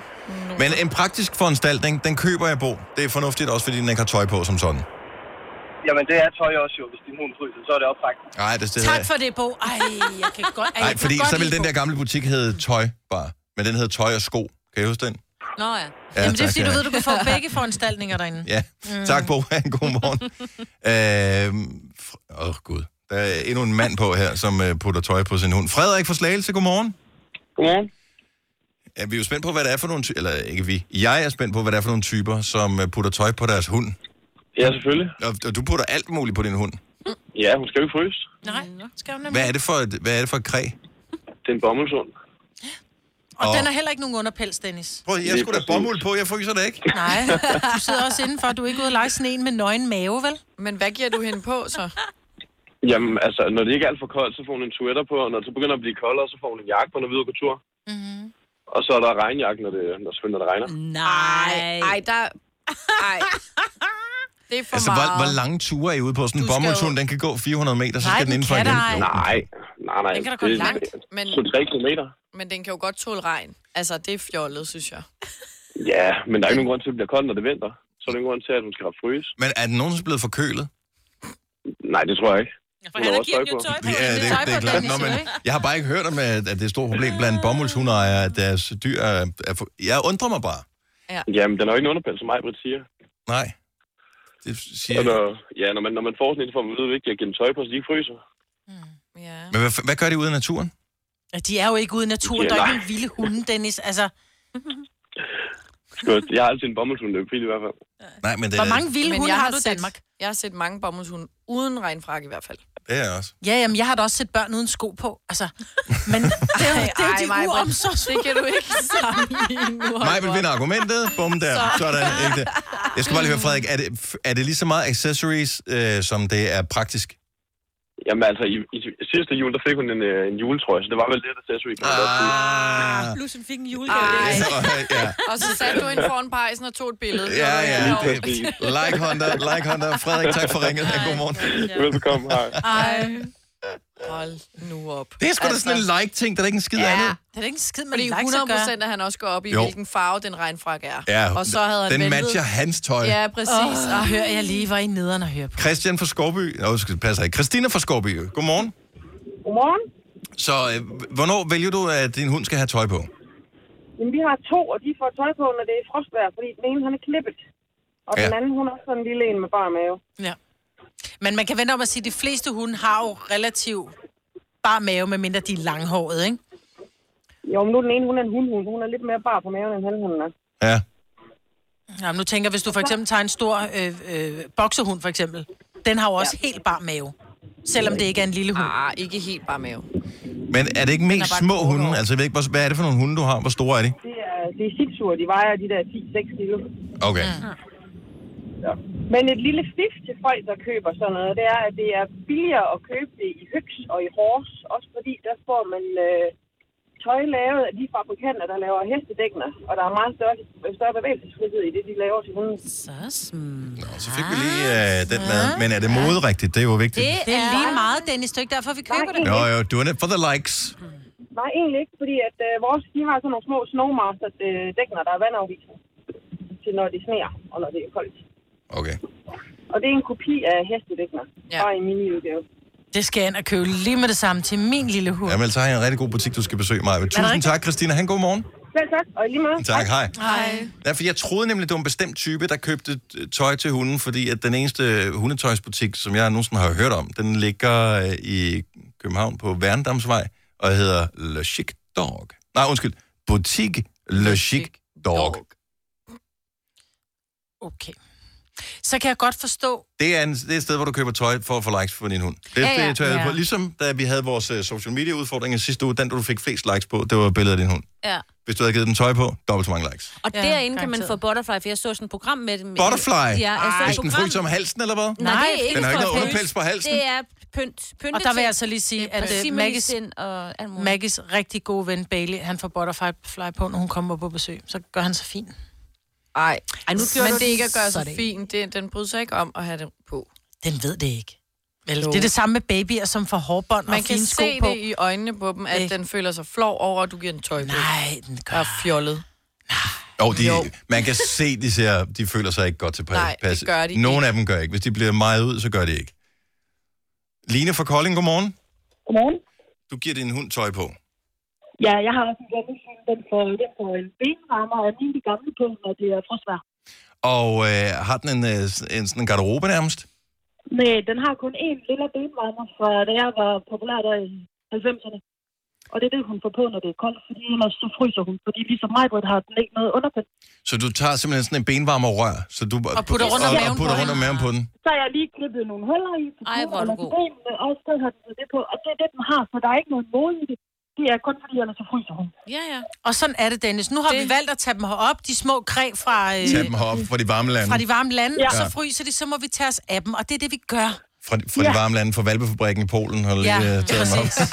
Men en praktisk foranstaltning, den køber jeg, Bo. Det er fornuftigt også, fordi den ikke har tøj på som sådan. Jamen, det er tøj også jo. Hvis din hund fryser, så er det opragt. Nej, det, det Tak for det, Bo. Ej, jeg kan godt... Ej, jeg Nej, kan fordi godt så ville lide den der gamle butik hedde Tøj bare. Men den hedder Tøj og Sko. Kan I huske den? Bo. Nå ja. Ja, Jamen, det er tak, fordi, du ja. ved, du kan få begge foranstaltninger derinde. Ja. Mm. Tak, Bo. Ha' en god *laughs* morgen. Øhm, fr- Åh, øh, Gud. Der er endnu en mand på her, som øh, putter tøj på sin hund. Frederik fra Slagelse, godmorgen. Godmorgen. Ja, vi er jo spændt på, hvad det er for nogle typer, eller ikke vi, jeg er spændt på, hvad det er for nogle typer, som øh, putter tøj på deres hund. Ja, selvfølgelig. Og, og du putter alt muligt på din hund. Ja, hun skal jo ikke fryse. Nej, skal hun Hvad er det for et, hvad er det for et kræ? Det er en bommelsund. Og Åh. den har heller ikke nogen underpels, Dennis. Prøv, jeg skulle da *laughs* bomuld på, jeg fryser da ikke. Nej, du sidder også indenfor. Du er ikke ude at lege sneen med nøgen mave, vel? Men hvad giver du hende på, så? Jamen, altså, når det ikke er alt for koldt, så får hun en sweater på, og når det så begynder at blive koldere, så får hun en jakke på, når vi er ude på tur. Mm-hmm. Og så er der regnjakke, når det, når, selvfølgelig, når det regner. Mm. Nej. Ej, der... Ej. Det er for Altså, meget. hvor, hvor lange ture er I ude på? Sådan en bomuldshund, den kan gå 400 meter, så Nej, skal den den indenfor kan igen. der ej. Nej, nej, nej. Den kan da gå langt, men- 2-3 kilometer. Men den kan jo godt tåle regn. Altså, det er fjollet, synes jeg. Ja, men der er ikke nogen grund til, at det bliver koldt, når det er vinter. Så er der ingen grund til, at hun skal fryse. Men er den nogensinde blevet forkølet? Nej, det tror jeg ikke. For han har også tøj på. Ja, det, det er klart. Nå, men jeg har bare ikke hørt om, at at det er et stort problem blandt bomuldshundeejere, at deres dyr er... er for... Jeg undrer mig bare. Ja. Jamen, den har jo ikke en underpæl, som Majbrit siger. Nej. Det siger og når, ja, når man, når man får sådan en, så får man ved vigtigt at give dem tøj på, så de ikke fryser. Men hvad, hvad gør de ude i naturen? Ja, de er jo ikke ude i naturen. Ja, Der er ikke nej. nogen vilde hunde, Dennis. Altså, Skønt. Jeg har altid en bommelsund løb i hvert fald. Nej, men hvor mange vilde Men hunde jeg har har du i set- Danmark? Jeg har set mange bommelshunde uden regnfrak i hvert *laughs* fald. Det er også. Ja, jamen, jeg har da også set børn uden sko på. Altså, men det er jo, det er jo Ej, de Maja, uomsorgsfulde. det kan du ikke sammenligne nu. Mig vil vinde argumentet. Bum *laughs* der. Så. Sådan. Ikke det. Jeg skal bare lige høre, Frederik, er det, er det lige så meget accessories, øh, som det er praktisk? *laughs* Jamen altså, i, i, i sidste jul, der fik hun en, øh, en juletrøje, så det var vel lidt accessory. Kan man godt sige. Plus hun fik en Ej. julegave. ja. Og så satte du hende foran pejsen og tog et billede. Ja, ja. Nå. Det, like Honda, like Honda. Frederik, tak for ringet. God morgen. Velbekomme. Hej. Ej. Hold nu op. Altså. Det er sgu da sådan en like-ting, der er ikke en skid Ja. andet. Det er da ikke en skid, man Fordi likes at 100 procent gøre. at han også går op i, Jo. jo. hvilken farve den regnfrak er. Ja, og så havde han den væltet. matcher hans tøj. Ja, præcis. Åh, oh, hører jeg lige, hvor I nederen at høre på. Christian fra Skorby. Nå, det passer ikke. Christina fra Skorby. Godmorgen. Godmorgen. Så øh, hvornår vælger du, at din hund skal have tøj på? Jamen, vi har to, og de får tøj på, når det er frostvejr, fordi den ene, han er knippet. Og ja. den anden, hun har sådan en lille en med bare mave. Ja. Men man kan vente om at sige, at de fleste hunde har jo relativt bare mave, medmindre de er langhårede, ikke? Jo, men nu er den ene, hun er en hundhund. Hun er lidt mere bar på maven, end halvhunden er. Ja. Jamen, nu tænker jeg, hvis du for eksempel tager en stor øh, øh, boksehund, for eksempel, den har jo også ja. helt bar mave, selvom det ikke er en lille hund. Ah, ikke helt bar mave. Men er det ikke Den er mest bare små kort hunde? Altså, jeg ved ikke, hvor- hvad er det for nogle hunde, du har? Hvor store er de? Det er, det er siksure, de vejer de der 10-6 kilo. Okay. Ja. Men et lille stif til folk, der køber sådan noget, det er, at det er billigere at købe det i høks og i hårs. Også fordi, der får man øh, tøj lavet af de fabrikanter, der laver hestedækner. Og der er meget større, større bevægelsesfrihed i det, de laver til hunden. Nå, så fik vi lige øh, den med. Men er det moderigtigt? Det er jo vigtigt. Det er lige meget, Dennis. Det er ikke derfor, vi køber det. Jo, jo, du er net for the likes. Nej, egentlig ikke, fordi at øh, vores, de har sådan nogle små snowmaster øh, dækner, der er vandafvisende til når det sneer og når det er koldt. Okay. Og det er en kopi af hestedækner, ja. bare i miniudgave. Det skal jeg ind og købe lige med det samme til min lille hund. Jamen, så har jeg en rigtig god butik, du skal besøge mig. Tusind rigtigt? tak, Christina. Han god morgen. Selv tak, og i lige meget. Tak, hej. Hej. Ja, for jeg troede nemlig, det var en bestemt type, der købte øh, tøj til hunden, fordi at den eneste øh, hundetøjsbutik, som jeg nogensinde har hørt om, den ligger øh, i København på Værendamsvej, og hedder Le Chic Dog. Nej, undskyld. Butik Le Chic Dog. Okay. Så kan jeg godt forstå... Det er, en, det er et sted, hvor du køber tøj for at få likes på din hund. Det, Ja, ja. det tør jeg Ja. på. Ligesom da vi havde vores uh, social media udfordringer sidste uge, den du fik flest likes på, det var billedet af din hund. Ja. Hvis du havde givet den tøj på, dobbelt så mange likes. Og ja, derinde kan man få butterfly, for jeg så sådan et program med dem. Butterfly? Ja, jeg så Ej. et Hvis den program- fryser om halsen, eller hvad? Nej, det er ikke Den har for ikke noget at underpels på halsen. Det er pynt. Og der vil jeg altså lige sige, at øh, Maggies, og alt Mm. muligt. Maggies rigtig gode ven Bailey, han får butterfly på, når hun kommer på besøg. Så gør han sig fin. Ej, Ej, nu gjorde men du det er ikke at gøre sig sådan. fint. Det, den bryder sig ikke om at have det på. Den ved det ikke. Vel, Jo. det er det samme med babyer, som får hårbånd Man og kan fine sko se på. det i øjnene på dem, at Ikke? den føler sig flov over, at du giver den tøj på. Nej, den gør. Og fjollet. Jo, de, Jo. man kan se, de, ser, de føler sig ikke godt tilpas. Nej, det gør de Nogle ikke. af dem gør ikke. Hvis de bliver meget ud, så gør de ikke. Line fra Kolding, godmorgen. Godmorgen. Du giver din hund tøj på. Ja, jeg har også en hjemmeside, den får, den får en benrammer og min de gamle på, når det er frostvær. Og øh, har den en, øh, s- en sådan en garderobe nærmest? Nej, øh, den har kun én lille benrammer fra da jeg var populær der i 90'erne. Og det er det, hun får på, når det er koldt, fordi ellers så fryser hun. Fordi ligesom mig, har den ikke noget underpænd. Så du tager simpelthen sådan en benvarmer rør, så du, Og putter rundt om og, og maven putter på rundt om den. maven på den. Så har jeg lige klippet nogle huller i. Ej, hvor er du god. Benene, og så har den fået det på. Og det er det, den har, så der er ikke noget mode i det. Det er kun fordi, ellers så fryser hun. Ja, ja. Og sådan er det, Dennis. Nu har det... vi valgt at tage dem herop, de små kræ fra, øh, Tag dem herop fra de varme lande. fra de varme lande, Ja. ja. og Ja. så fryser de, så må vi tage os af dem, og det er det, vi gør. Fra, fra de Ja. varme lande, fra valpefabrikken i Polen, har du lige Ja, ja, taget dem op. præcis.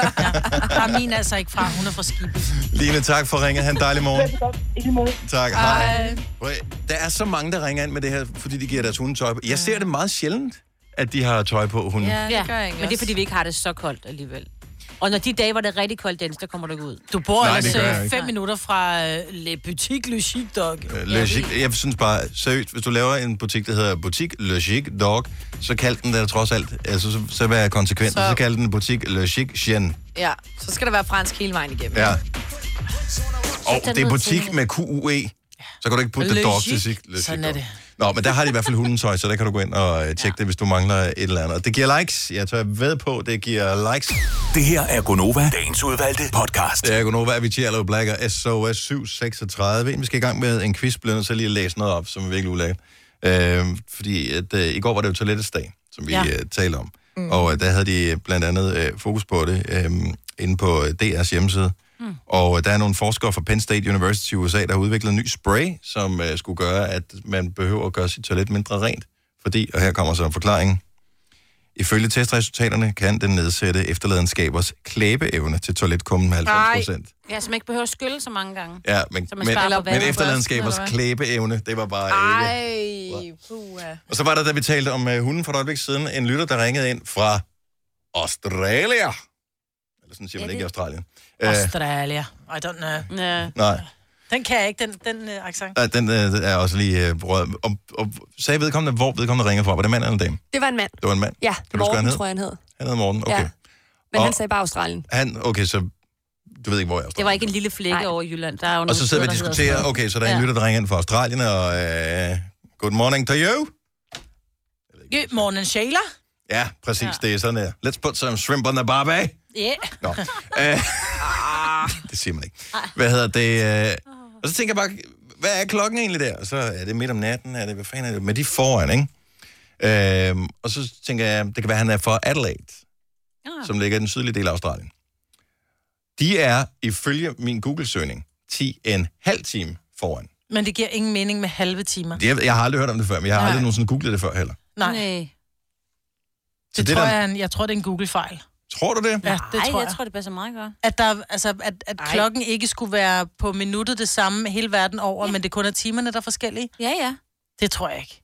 Der er min altså ikke fra, hun er fra skibet. *laughs* Line, tak for ringet. Han dejlig morgen. Tak, hej. Hej. Prøv at- Der er så mange, der ringer ind med det her, fordi de giver deres hunde tøj på. Jeg ser det meget sjældent, at de har tøj på øh, hunden. Ja, det gør jeg ikke Men det er, også. fordi vi ikke har det så koldt alligevel. Og når de dage, hvor det er rigtig koldt, Dennis, der kommer du ikke ud. Du bor Nej, ellers det gør jeg øh, ikke. fem minutter fra øh, Le Boutique Le Chic Dog. Øh, Le Chic, jeg synes bare, seriøst, hvis du laver en butik, der hedder Butik Le Chic Dog, så kald den der trods alt, altså så, så vær konsekvent, så... Så- så kald den Butik Le Chic Chien. Ja, så skal der være fransk hele vejen igennem. Ja. Og tag den det er ud butik til- med QUE, så kan du ikke putte Le det dog Chic. til sig. Le Chic Sådan er Dog. det. Nå, men der har de i hvert fald hundetøj, så der kan du gå ind og øh, tjekke det, hvis du mangler et eller andet. Og Det giver likes. Jeg tør ved på, det giver likes. Det her er Gonova, dagens udvalgte podcast. Det er Gunova, vi tjener og Black og SOS 736. Inden Vi skal i gang med en quiz, bliver jeg nødt til lige at læse noget op, som er virkelig ulækkert. Øh, fordi at, øh, i går var det jo toilettets dag, som vi ja. Ja. øh, taler om. Mm. Og øh, der havde de øh, blandt andet øh, fokus på det øh, inde på øh, DR's hjemmeside. Mm. Og øh, der er nogle forskere fra Penn State University i USA, der har udviklet en ny spray, som øh, skulle gøre, at man behøver at gøre sit toilet mindre rent. Fordi, og her kommer så en forklaring, Ifølge testresultaterne kan den nedsætte efterladenskabers klæbeevne til toiletkummen med 90 procent. Ja, så man ikke behøver at skylle så mange gange. Ja, men, Så man men, sparer på men vandet efterladenskabers først, eller klæbeevne, det var bare ikke. Ej, puha. Og så var der, da vi talte om uh, hunden for et øjeblik siden, en lytter, der ringede ind fra Australia. Eller sådan siger man ikke i Australien. Øh, Australia. I don't know. Ja. nej, Den kan jeg ikke, den, den øh, accent. nej, den øh, er også lige øh, rød. Og, og, sagde vedkommende, hvor vedkommende ringer fra? Var det mand eller en dame? Det var en mand. Det var en mand. Ja, du skrive Morten, ned? tror jeg, han hed. Han hedder Morten, okay. Ja. Men Og- han sagde bare Australien. Han, okay, så du ved ikke, hvor jeg er. Det var ikke en lille flække over i Jylland. Der er jo Og nogle så sidder vi og steder, der hedder diskuterer, sådan okay, så der er en lytter, der ringer ind fra Australien, og øh, good morning to you. Good morning, Sheila. Ja, præcis, ja. det er sådan her. Let's put some shrimp on the barbie. Yeah. Nå. Øh, Ah. det siger man ikke. Hvad hedder det? Øh, og så tænker jeg bare, hvad er klokken egentlig der? Og så er det midt om natten, er det, hvad fanden er det? Men de er foran, ikke? Øhm, og så tænker jeg, det kan være, han er fra Adelaide, ja. Ah. som ligger i den sydlige del af Australien. De er, ifølge min Google-søgning, 10 en halv time foran. Men det giver ingen mening med halve timer. Det, jeg, jeg har aldrig hørt om det før, men jeg har Nej. Nej. aldrig nogensinde googlet det før heller. Nej. Nej. Så Det, det det tror der- jeg, han- jeg tror, det er en Google-fejl. Tror du det? Ja, det Ej, tror jeg jeg. tror, det passer meget godt. At, der, altså, at, at klokken ikke skulle være på minuttet det samme hele verden over, ja. men det kun er timerne, der er forskellige? Ja, ja. Det tror jeg ikke.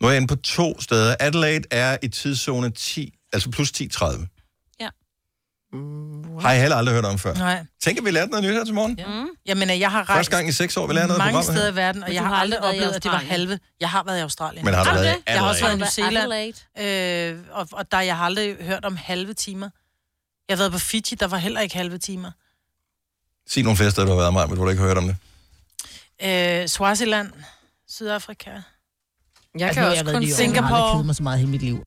Nu er jeg inde på to steder. Adelaide er i tidszone 10, altså plus 10.30. Ja. Har jeg heller aldrig hørt om før. Nej. Tænk, at vi lærte noget nyt her til morgen. Ja. Mm. Jamen, jeg har rejst Første gang i seks år, vi lærer noget i mange programmet her. steder i verden, og Men jeg du har har aldrig aldrig været i oplevet, at det var Australien. halve. Jeg har været i Australien. Men har du du været i det? Jeg har også været i New Adelaide? Zealand, øh, og, og der jeg har aldrig hørt om halve timer. Jeg har været på Fiji, der var heller ikke halve timer. Sig nogle flere steder, du har været mig, men hvor du ikke har hørt om det. Øh, Swaziland, Sydafrika. Jeg kan nu har også jeg været kun i New York, og Jeg har aldrig Singapore, kedet mig så meget i hele mit liv.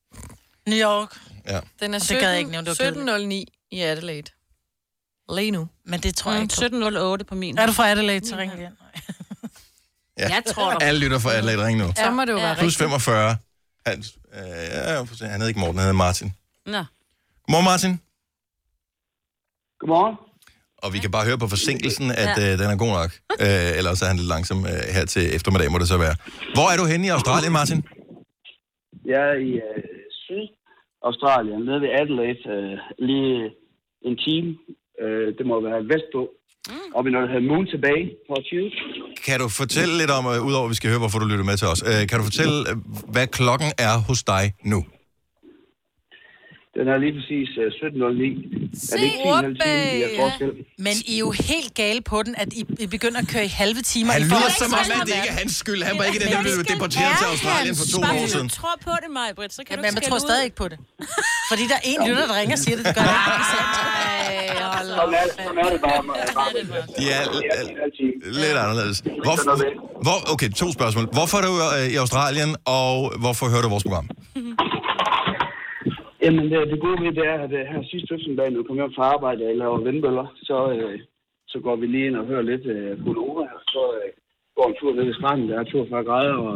New York. Ja. Den er Og det gad jeg ikke nævne, det var 17, 17.09 i Adelaide. Lige nu. Men det tror Mm, jeg ikke på. 17.08 på min. Er du fra Adelaide, så ring igen. Jeg tror dig. Alle lytter for Adelaide, ring nu. Så må det jo være Plus rigtigt. 45. Han, øh, jeg får se, han hed ikke Morten, han hed Martin. Nå. Godmorgen, Martin. Godmorgen. Og vi kan bare høre på forsinkelsen, at Ja. øh, den er god nok. Øh, ellers er han lidt langsom øh, her til eftermiddag, må det så være. Hvor er du henne i Australien, Martin? Jeg er i øh, Syd-Australien, nede ved Adelaide, øh, lige en time. Øh, det må være vestpå. Mm. Og vi når der hedder Moon tilbage på 20. Kan du fortælle lidt om, øh, udover at vi skal høre, hvorfor du lytter med til os, øh, kan du fortælle, øh, hvad klokken er hos dig nu? Den er lige præcis øh, 17.09. Er det ikke 10.30, vi har forskel? Men I er jo helt gale på den, at I, I begynder at køre i halve timer. Han I lyder forhold som til om, resten at det af ikke er verden. hans skyld. Han var ikke den, der blev deporteret er til Australien for hans to skyld. år siden. tror på det, Maja Britt, så kan Jamen, du jeg tror stadig ikke på det. Fordi der er en lytter, der ringer og siger det, det gør det. Sådan er, sådan er det bare. De er l- lidt anderledes. Hvorfor, hvor, okay, to spørgsmål. Hvorfor er du øh, i Australien, og hvorfor hører du vores program? Jamen, det, det gode ved det er, at øh, her sidste eftermiddag, når jeg kom hjem fra arbejde, jeg laver vindbøller, så, øh, så går vi lige ind og hører lidt øh, på Nova, og så øh, går en tur ned ved stranden, der er 42 grader og,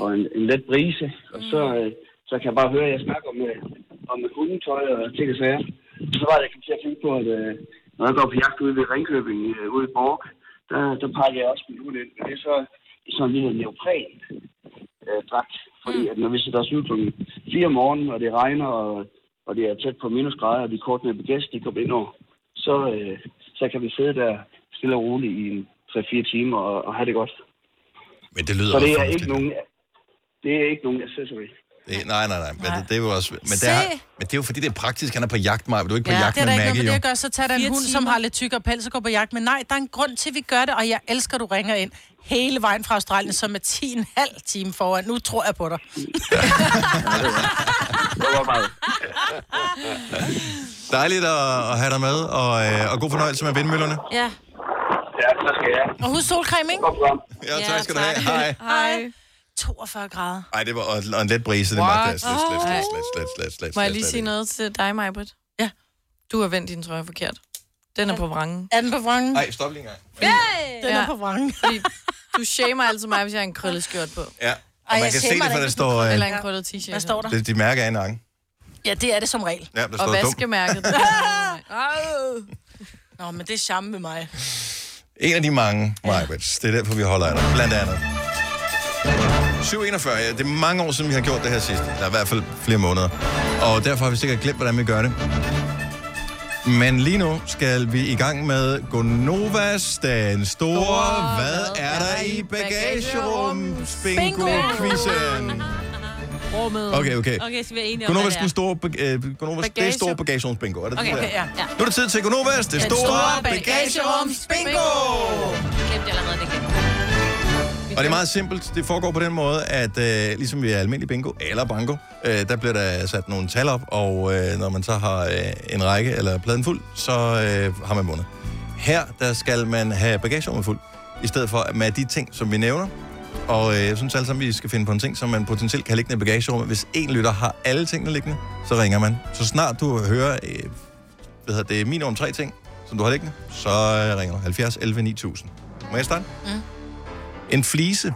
og en, en let brise, og så, øh, så kan jeg bare høre, at jeg snakker med, om hundetøj og ting og sager. Så var det, jeg kom til at tænke på, at øh, når jeg går på jagt ude ved Ringkøbing, øh, ude i Borg, der, der pakker jeg også min hund ind, men det er så i sådan en lille neopren øh, dragt, fordi at når vi sætter os ud kl. 4 om morgenen, og det regner, og, og det er tæt på minusgrader, og vi er kort med begæst, de kommer ind over, så, øh, så kan vi sidde der stille og roligt i en 3-4 timer og, og have det godt. Men det lyder så det også er fornuftigt. ikke nogen, det er ikke nogen accessory. Det, nej, nej, nej. Men det, det er jo også... Men Se. det, er, men det er jo fordi, det er praktisk. Han er på jagt, Maja. Du er ikke på Ja, jagt det er med der ikke noget Maggie, med det jo. at gøre. Så tager der en Fire hund, som har lidt tykkere pels og går på jagt. Men nej, der er en grund til, at vi gør det, og jeg elsker, at du ringer ind hele vejen fra Australien, som er 10,5 time foran. Nu tror jeg på dig. Dejligt at, at have dig med, og, øh, og god fornøjelse med vindmøllerne. Ja. Ja, altså, så skal jeg. Og husk solcreme, ikke? Ja, tak skal du have. Hej. Hej. 42 grader. Ej, det var og, og en let brise. Det var slet, slet, slet, slet, slet, slet, slet, slet, Må jeg slet, lige slet sige ikke. noget til dig, Majbrit? Ja. Du har vendt din trøje forkert. Den er på vrangen. Er den på Mm. vrangen? Nej, stop lige en gang. Hey! Den er på vrangen. *laughs* Fordi du shamer altid mig, hvis jeg har en krøllet skørt på. Ja, og man kan se det, for der står... øh, Eller en krøllet t-shirt. Hvad står det, de mærker af en ange. Ja, det er det som regel. Ja, der står Og dum. *laughs* vaskemærket. Nå, men det er charme med mig. En af de mange, Majbrits. Det er derfor, vi holder af dig, blandt andet. 741, ja, det er mange år siden, vi har gjort det her sidst. Der er i hvert fald flere måneder. Og derfor har vi sikkert glemt, hvordan vi gør det. Men lige nu skal vi i gang med Gonovas, den store, store hvad er der i bagagerummet? Bingo-quizzen. Rummet. Okay, okay. Okay, så vi er enige om, Gonovas, hvad den store, bag- øh, Gonovas, det Bagage- store bagagerumsbingo. Er det Okay, det okay, der? ja. ja. Nu er det tid til Gonovas, det store bagagerumsbingo! Glemte jeg allerede det glemte. Og det er meget simpelt. Det foregår på den måde, at øh, ligesom vi er almindelig bingo eller banko, øh, der bliver der sat nogle tal op, og øh, når man så har øh, en række eller pladen fuld, så øh, har man vundet. Her, der skal man have bagagerummet fuld, i stedet for med de ting, som vi nævner. Og øh, jeg synes alle sammen, vi skal finde på en ting, som man potentielt kan have liggende i bagagerummet. Hvis en lytter har alle tingene liggende, så ringer man. Så snart du hører, øh, hvad hedder det, minimum tre ting, som du har liggende, så øh, ringer du 70 11 9000. Må jeg starte? Mm. En flise.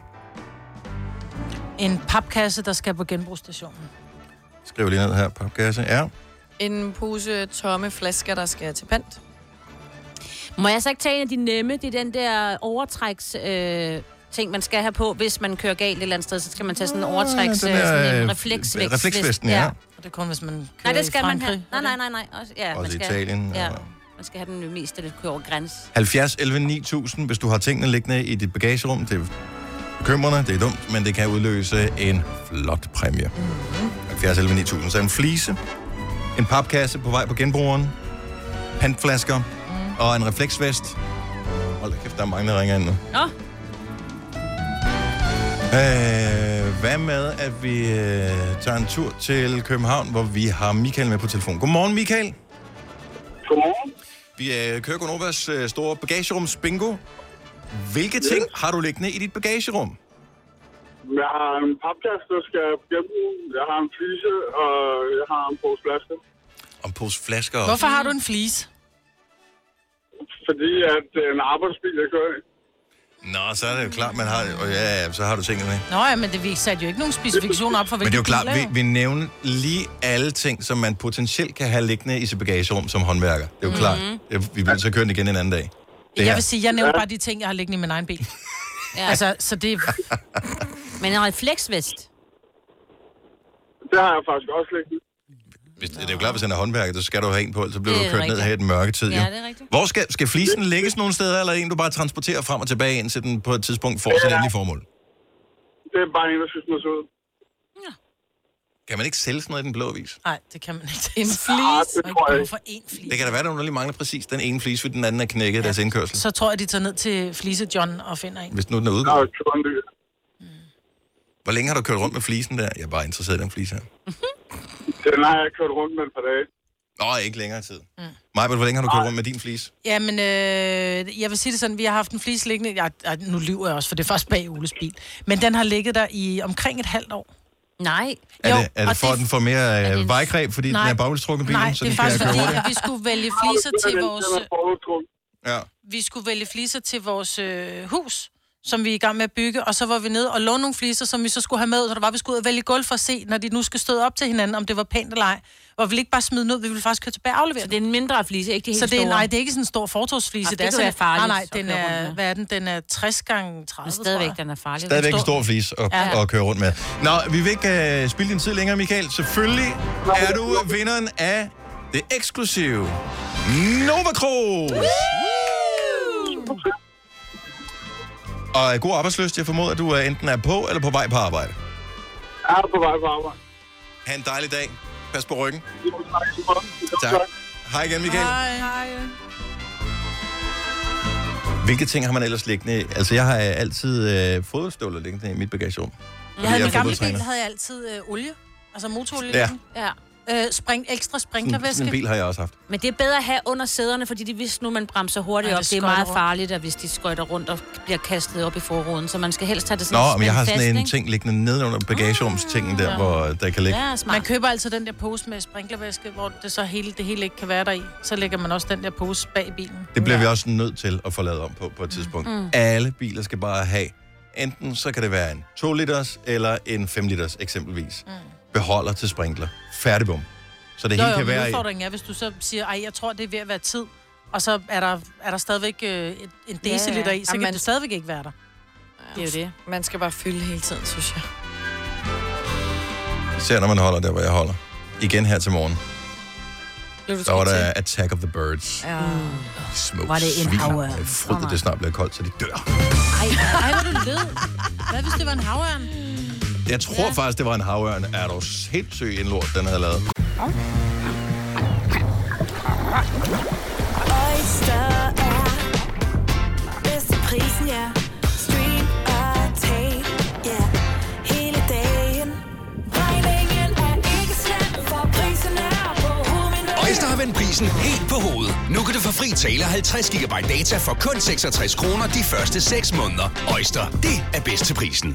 En papkasse, der skal på genbrugsstationen. Skriv lige ned her, papkasse. Ja. En pose tomme flasker, der skal til pant. Må jeg så ikke tage en af de nemme? Det er den der overtræks... Øh, ting, man skal have på, hvis man kører galt et eller andet sted, så skal man tage sådan en overtræks... den øh, der, sådan en øh, refleksvest. refleksvesten, ja. Og det er kun, hvis man Nej, kører det skal i man Frankrig. have. Nej, nej, nej, nej. Også, ja, Også man skal, Italien, Ja, og- man skal have den mest, der kører over græns. 70 11 9000, hvis du har tingene liggende i dit bagagerum. Det er bekymrende, det er dumt, men det kan udløse en flot præmie. 70 11 9000. Så en flise, en papkasse på vej på genbrugeren, pantflasker og en refleksvest. Hold da kæft, der er mange, der ringer ind nu. Nå, Øh, hvad med, at vi øh, tager en tur til København, hvor vi har Michael med på telefon. Godmorgen, Michael. Godmorgen. Vi øh, kører Gonovas øh, store bagagerums bingo. Hvilke Ja. ting har du liggende i dit bagagerum? *laughs* Jeg har en papkasse, der skal genbruge. Jeg har en flise, og jeg har en pose flaske. Om pose flasker og... Hvorfor har du en flise? Fordi at øh, en arbejdsbil, jeg kører i. Nå, så er det jo klart, man har... Og ja, ja, så har du tingene med. Nå ja, men det, vi satte jo ikke nogen specifikationer op for, Men det er jo hvilke klart, biler, vi, vi nævner lige alle ting, som man potentielt kan have liggende i sit bagagerum som håndværker. Det er jo Mhm. mm-hmm. klart. Det- Vi bliver så køre den igen en anden dag. Det Jeg her. vil sige, jeg nævner bare de ting, jeg har liggende i min egen *laughs* bil. Ja. Altså, så det... Men en refleksvest. Det har jeg faktisk også liggende. Hvis, det er jo klart, hvis han er håndværker, så skal du have en på, ellers så bliver Det du er kørt rigtigt. ned rigtigt. her i den mørke tid. Ja, jo. det er rigtigt. Hvor skal, skal flisen lægges nogle steder, eller er det en, du bare transporterer frem og tilbage, indtil den på et tidspunkt får sit endelige formål? Det er bare en, der synes, man er sød. Kan man ikke sælge sådan noget i den blå vis? Nej, det kan man ikke. Det er en flis, og ikke brug for en flis. Det kan da være, at der lige mangler præcis den ene flise, fordi den anden er knækket ja. deres indkørsel. Så tror jeg, de tager ned til Flise John og finder en. Hvis nu den er udgået. Mm. Hvor længe har du kørt rundt med flisen der? Jeg er bare interesseret i den flise her. *laughs* Den har jeg kørt rundt med et par dage. Nå, ikke længere tid. Mm. Maja, hvor længe har du kørt rundt med din flise? Jamen, øh, jeg vil sige det sådan, vi har haft en flis liggende... Ja, ja, nu lyver jeg også, for det er først bag Oles bil. Men den har ligget der i omkring et halvt år. Nej. Er det, er det for, at den får mere øh, vejgreb, fordi den Nej. er bagvildstrukket bilen, Nej, så det den er skal faktisk køre fordi, hurtigt? at vi skulle vælge fliser til vores... Ja. Vi skulle vælge fliser til vores øh, hus, som vi er i gang med at bygge, og så var vi nede og låne nogle fliser, som vi så skulle have med, så der var, vi skulle ud og vælge gulv for at se, når de nu skal støde op til hinanden, om det var pænt eller ej. Og vi ville ikke bare smide den ud, vi ville faktisk køre tilbage og aflevere Så det er en mindre flise, ikke de helt så det er, store? Nej, det er ikke sådan en stor fortorvsflise. Ah, det kan sådan, være farligt Nej, nej, at den køre rundt er, med. hvad er den? Den er 60 gange 30, Men stadigvæk, den er farlig. Stadigvæk en stor flis at, Ja. ja. at køre rundt med. Nå, vi vil ikke uh, spille din tid længere, Michael. Selvfølgelig er du vinderen af det eksklusive Nova Cruz. Og øh, god arbejdsløst. Jeg formoder, at du øh, enten er på eller på vej på arbejde. Jeg er på vej på arbejde. Ha' en dejlig dag. Pas på ryggen. Jo, tak. Tak. Hej igen, Michael. hej. Hvilke ting har man ellers liggende? Altså, jeg har øh, altid øh, fodboldstøvler liggende i mit bagagerum. Fordi Jeg havde er min gamle bil, fodboldtræner. der havde jeg altid øh, olie. Altså motorolie. Ja. liggende. ja. Øh, spring, ekstra Sådan, sprinklervæske. sådan en bil har jeg også haft. Men det er bedre at have under sæderne, fordi de, hvis nu man bremser hurtigt Ej, Ej, det op, det er skøjter meget rundt. farligt, at hvis de skøjter rundt og bliver kastet op i forruden. Så man skal helst have det sådan Nå, men jeg har spændt sådan en fast, ting liggende nedenunder bagagerumstingen der, ja. hvor øh, der kan ligge. Ah. Ja, smart. Man køber altså den der pose med sprinklervæske, hvor det så hele, det hele ikke kan være der i. Så lægger man også den der pose bag bilen. Det bliver vi også nødt til at få lavet om på på et tidspunkt. Mm. Mm. Alle biler skal bare have, enten så kan det være en 2 liters eller en 5 liters eksempelvis, mm. beholder til sprinkler. Færdigbom. Så det Nå, hele jo, kan men være i. Udfordringen er, hvis du så siger, ej, jeg tror, det er ved at være tid, og så er der, er der stadigvæk øh, et- en Ja, ja. deciliter ja, ja. i, så kan Jamen, man- det stadigvæk ikke være der. Det er jo det. Man skal bare fylde hele tiden, synes jeg. Især når man holder der, hvor jeg holder. Igen her til morgen. Blev du Der var skudt der Attack of the Birds. Ja. Uh, Små Var det en svin. havørn? Jeg Åh, frygter, nej. det snart bliver koldt, så de dør. Ej, ej, hvor du led. Hvad hvis det var en havørn? Jeg tror ja. faktisk, det var en havørn. Er du sindssyg en lort, den havde lavet. Oyster er bedst til prisen, ja. Stream og tag, ja. Hele dagen. Regningen er ikke slem, for prisen er på Øjster har vendt prisen helt på hovedet. Nu kan du få fri tale 50 GB data for kun 66 kroner de første 6 måneder. Øjster, det er bedst til prisen.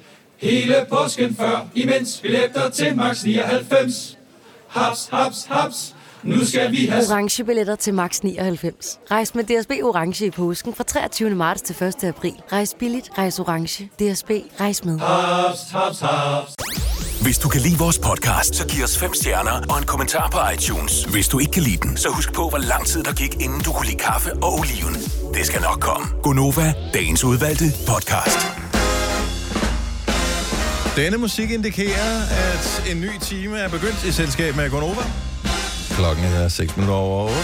Hele påsken før, imens billetter til max 99. Haps, haps, haps. Nu skal vi have... orange billetter til max 99. Rejs med DSB orange i påsken fra 23. marts til 1. april. Rejs billigt, rejs orange. DSB rejs med. Haps, haps, haps. Hvis du kan lide vores podcast, så giv os fem stjerner og en kommentar på iTunes. Hvis du ikke kan lide den, så husk på, hvor lang tid der gik, inden du kunne lide kaffe og oliven. Det skal nok komme. Gonova, dagens udvalgte podcast. Denne musik indikerer, at en ny time er begyndt i selskab med Gonova. Klokken er 6 minutter over 8.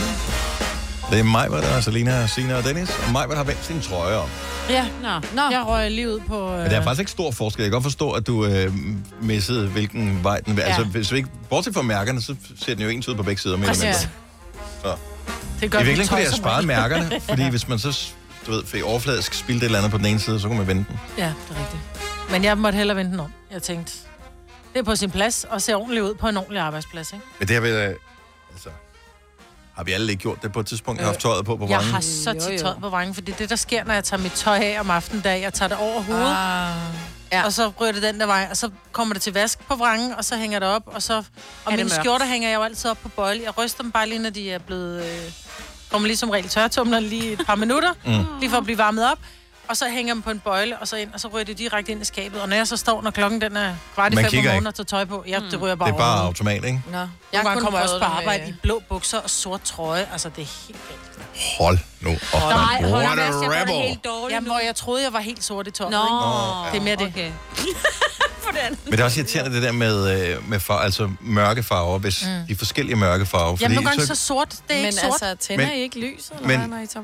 Det er Majbert og Selina, Sina og Dennis. Og Majbert har valgt sin trøje om. Ja, nå. nå. Jeg røg lige ud på... Øh... Men der er faktisk ikke stor forskel. Jeg kan godt forstå, at du øh, missede, hvilken vej den... Ja. Altså, hvis vi ikke... Bortset fra mærkerne, så ser den jo ens ud på begge sider. Mere eller Præcis. mindre. Så. Altså, Det I virkeligheden kunne jeg have tosser sparet mig. *laughs* mærkerne, fordi hvis man så du ved, fik overfladisk spildt et eller andet på den ene side, så kunne man vende den. Ja, det er rigtigt. Men jeg måtte hellere vente den om. Jeg tænkte, det er på sin plads og ser ordentligt ud på en ordentlig arbejdsplads, ikke? Men det har vi, øh, altså, har vi alle ikke gjort det på et tidspunkt? Jeg har haft tøjet på på Øh, Jeg vrangen. har så tit tøj på vangen, for det er det, der sker, når jeg tager mit tøj af om aftenen, da jeg tager det over hovedet. Ah. Ja. Og så rører det den der vej, og så kommer det til vask på vrangen, og så hænger det op, og så... Og det mine mørkt? skjorter hænger jeg jo altid op på bøjle. Jeg ryster dem bare lige, når de er blevet... Øh, kommer lige som regel tørretumler lige et par minutter, Mm. mm. lige for at blive varmet op. Og så hænger jeg dem på en bøjle, og så ind, og så ryger det direkte ind i skabet. Og når jeg så står, når klokken den er kvart i Man fem om kigger morgenen ikke. og tager tøj på, ja, Mm. det ryger bare Det er bare over. automat, ikke? Nå. Mm. Jeg Jeg har kun kommer jeg også prøvet øh, på det med- arbejde i blå bukser og sort trøje. Altså, det er helt galt. Hold nu op. What a rebel. dårligt Jamen, hvor jeg troede, jeg var helt sort i toppen. Nå, Nå, det er mere det. *laughs* Okay. Men det er også irriterende, det der med, øh, med far, altså mørke farver, hvis mm. Mm. de forskellige mørke farver. Jamen, nogle gange så, så sort, det er Men ikke sort. altså, tænder Men- I ikke lys, eller men- hvad, når I tager...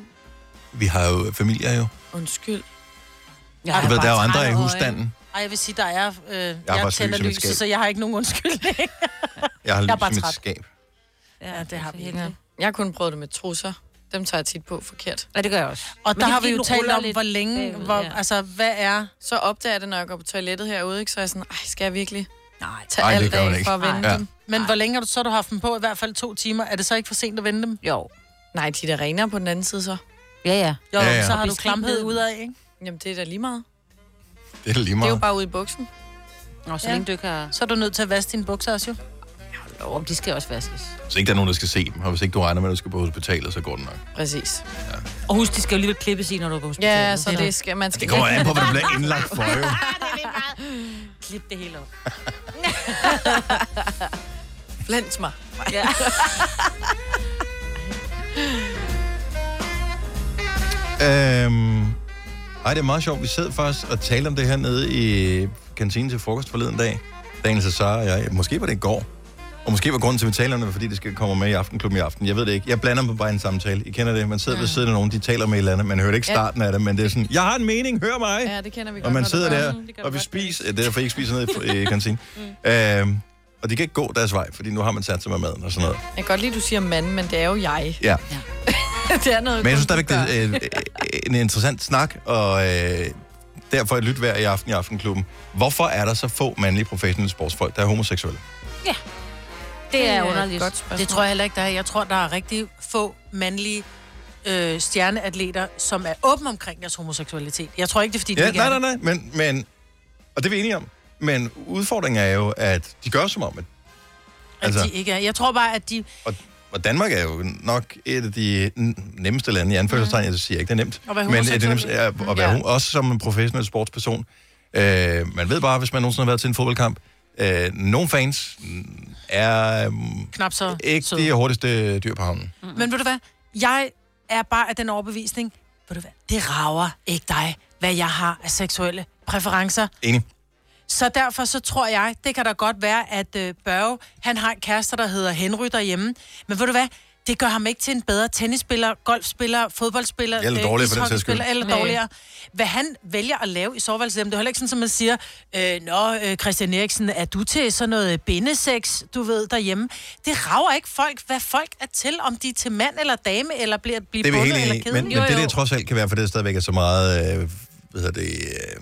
Vi har jo familier jo. Undskyld. Jeg Du har ved, bare der er jo trætte andre i øjne. husstanden. Ej, jeg vil sige, der er... Øh, jeg, bare jeg syg tænder som et skab. lyset, så jeg har ikke nogen undskyldning. Jeg har Jeg er bare lys i mit træt. skab. ja, det har vi Ja. Jeg har kun prøvet det med trusser. Dem tager jeg tit på forkert. Ja, det gør jeg også. Og Men der det er har fordi, vi jo den talt ruller om, lidt hvor længe... bagud, hvor, ja. Altså, hvad er... Så opdager jeg det, når jeg går på toilettet herude, ikke? så er jeg sådan, ej, skal jeg virkelig Nej, tage Ej, det alt gør man af ikke. for at vende Ja. dem? Men hvor længe har du så har du haft dem på? I hvert fald to timer. Er det så ikke for sent at vende dem? Jo. Nej, de der renere på den anden side så. Ja, ja. Jo, Ja, ja, ja. ja. så har Og du klamhed beskinhed. ud af, ikke? Jamen, det er da lige meget. Det er lige Det er jo meget. bare ude i buksen. Nå, så Ja. længe du ikke har... Så er du nødt til at vaske dine bukser også, jo. Jo, men de skal også vaskes. Hvis ikke der er nogen, der skal se dem, og hvis ikke du regner med, at du skal på hospitalet, så går det nok. Præcis. Og husk, de skal jo alligevel klippes i, når du er på hospitalet. Ja, så det skal, man skal Det kommer ikke- an *laughs* på, hvad du bliver indlagt for, *laughs* jo. Klip det *laughs* hele op. Blænd mig. Ja. Øhm, ej, det er meget sjovt. Vi sad faktisk og talte om det her nede i kantinen til frokost forleden dag. Daniel Cesar og jeg. Måske var det i går. Og måske var grunden til, at vi taler om det, fordi det skal komme med i Aftenklubben i aften. Jeg ved det ikke. Jeg blander dem bare i en samtale. I kender det. Man sidder ved siden af nogen, de taler med et eller andet. Man hører ikke Ja. starten af det, men det er sådan, jeg har en mening, hør mig. *laughs* Ja, det kender vi godt. Og man når du sidder gør. der, Mm, det gør og vi vi godt. spiser, det er derfor, I ikke spiser ned i, i kantinen. mm. øhm, og de kan ikke gå deres vej, fordi nu har man sat sig med maden og sådan noget. Jeg kan godt lide, at du siger mand, men det er jo jeg. *laughs* Ja. det er noget... Men jeg synes kun, stadigvæk, du det er øh, gør. *laughs* øh, en interessant snak, og øh, derfor et lyt værd i aften i Aftenklubben. Hvorfor er der så få mandlige professionelle sportsfolk, der er homoseksuelle? Det er er et underligt. godt spørgsmål. Det tror jeg heller ikke, der er. Jeg tror, der er rigtig få mandlige øh, stjerneatleter, som er åbne omkring deres homoseksualitet. Jeg tror ikke, det er, fordi de Ja, ikke nej, er nej, det. nej, men, men, og det er vi enige om. Men udfordringen er jo, at de gør som om, at, At altså, de ikke er. Jeg tror bare, at de... og Danmark er jo nok et af de n- nemmeste lande, i Mm. anførselstegn, jeg siger ikke, det er nemt, At være men det er homoseksuel. nemt at, at være, ja. også som en professionel sportsperson. Øh, man ved bare, hvis man nogensinde har været til en fodboldkamp, øh, nogle fans mm, er mm, Knap så ikke de hurtigste dyr på havnen. Mm-hmm. Men ved du hvad? Jeg er bare af den overbevisning, ved du hvad? Det rager ikke dig, hvad jeg har af seksuelle præferencer. Enig. Så derfor så tror jeg, det kan da godt være, at øh, Børge, han har en kæreste, der hedder Henry derhjemme. Men ved du hvad? Det gør ham ikke til en bedre tennisspiller, golfspiller, fodboldspiller, øh, Eller dårligere for den sags skyld. ishockeyspiller, eller Nej. dårligere. Hvad han vælger at lave i soveværelset, jamen, det er heller ikke sådan, som man siger, øh, Nå, øh, Christian Eriksen, er du til sådan noget bindesex, du ved, derhjemme? Det rager ikke folk, hvad folk er til, om de er til mand eller dame, eller bliver, bliver Det er vi helt bundet enige eller i, kede. men, men det der trods alt kan være, for det stadigvæk er så meget, øh, hvad hedder det, øh,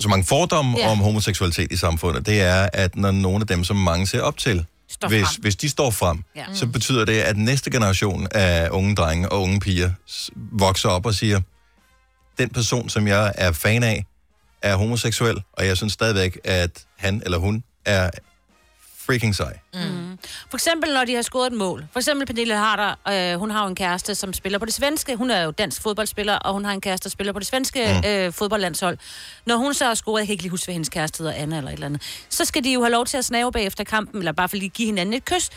så mange fordomme Ja. om homoseksualitet i samfundet, det er, at når nogle af dem, som mange ser op til, Står hvis, frem. hvis de står frem, Ja. Mm. ja. så betyder det, at næste generation af unge drenge og unge piger s- vokser op og siger, den person, som jeg er fan af, er homoseksuel, og jeg synes stadigvæk, at han eller hun er freaking sej. Mm. For eksempel, når de har scoret et mål. For eksempel Pernille Harder, øh, hun har jo en kæreste, som spiller på det svenske. Hun er jo dansk fodboldspiller, og hun har en kæreste, der spiller på det svenske Mm. mm. øh, fodboldlandshold. Når hun så har scoret, jeg kan ikke lige huske, hvad hendes kæreste hedder, Anna eller et eller andet, så skal de jo have lov til at snave bagefter kampen, eller bare for lige give hinanden et kys.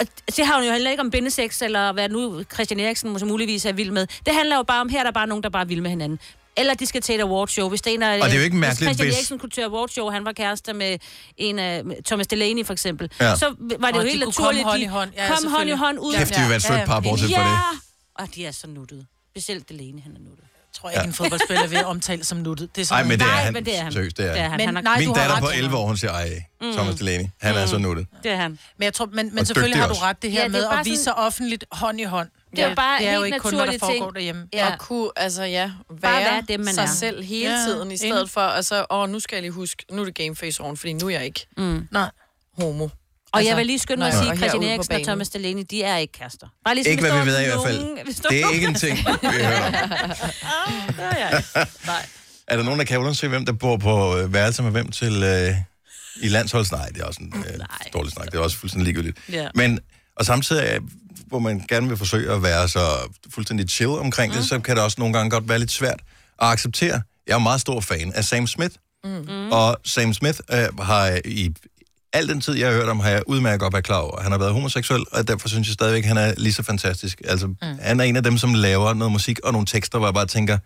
Og Det har hun jo heller ikke om bindesex, eller hvad nu Christian Eriksen måske muligvis er vild med. Det handler jo bare om, her er der bare nogen, der bare er vild med hinanden. Eller de skal til et awardshow. Hvis det er en af, Og det er jo ikke hvis mærkeligt, Christian hvis- Eriksen kunne til awardshow, og han var kærester med en af med Thomas Delaney for eksempel. Ja. Ja. Så var det Og jo de helt kunne komme naturligt, hånd i hånd. Ja, ja, kom hånd i selvfølgelig. hånd ud. Kæft, de vil være et sødt par, bortset fra det. Ja, og de er så nuttede. Specielt Delaney, han er nuttet. Jeg tror ikke, en fodboldspiller vil omtale som nuttet. Det er Ej, sådan, men det er Nej, han. men det er han. Seriøst, det er, Det er han. Men, Han har- nej, Nej, Min du har datter ret, på Henrik. 11 år, hun siger, ej, Mm. Thomas Delaney, han er så nuttet. Det er han. Men, jeg tror, men, men Og selvfølgelig dygtig har du også. ret det her Ja, det er med bare at vise sig sådan- offentligt hånd i hånd. Det er jo bare det er jo helt ikke kun, hvad der naturlige foregår ting. derhjemme. Ja. Og Og kunne, Altså ja, være, Bare være det, man sig er. selv hele Ja, tiden, i enig. stedet for, altså, åh, nu skal jeg lige huske, nu er det game face oven, fordi nu er jeg ikke Mm. Nej. *laughs* homo. Og altså, jeg vil lige skynde mig at når jeg sige, er at Christian herude på Eriksen og banen. Thomas Delaney, de er ikke kærester. Bare lige så Ikke vi hvad står vi ved i hvert nogen- fald. *laughs* vi står- Det er ikke en ting, *laughs* vi hører om. Det er jeg ikke. Nej. Er der nogen, der kan undersøge, hvem der bor på øh, værelser med hvem til øh, i landsholds? Nej, det er også en øh, dårlig snak. Det er også fuldstændig ligegyldigt. Ja. Men, og samtidig, øh, hvor man gerne vil forsøge at være så fuldstændig chill omkring mm. det, så kan det også nogle gange godt være lidt svært at acceptere. Jeg er meget stor fan af Sam Smith, mm. og Sam Smith øh, har i al den tid, jeg har hørt om, har jeg udmærket godt været klar over. Han har været homoseksuel, og derfor synes jeg stadigvæk, han er lige så fantastisk. Altså, mm. han er en af dem, som laver noget musik og nogle tekster, hvor jeg bare tænker,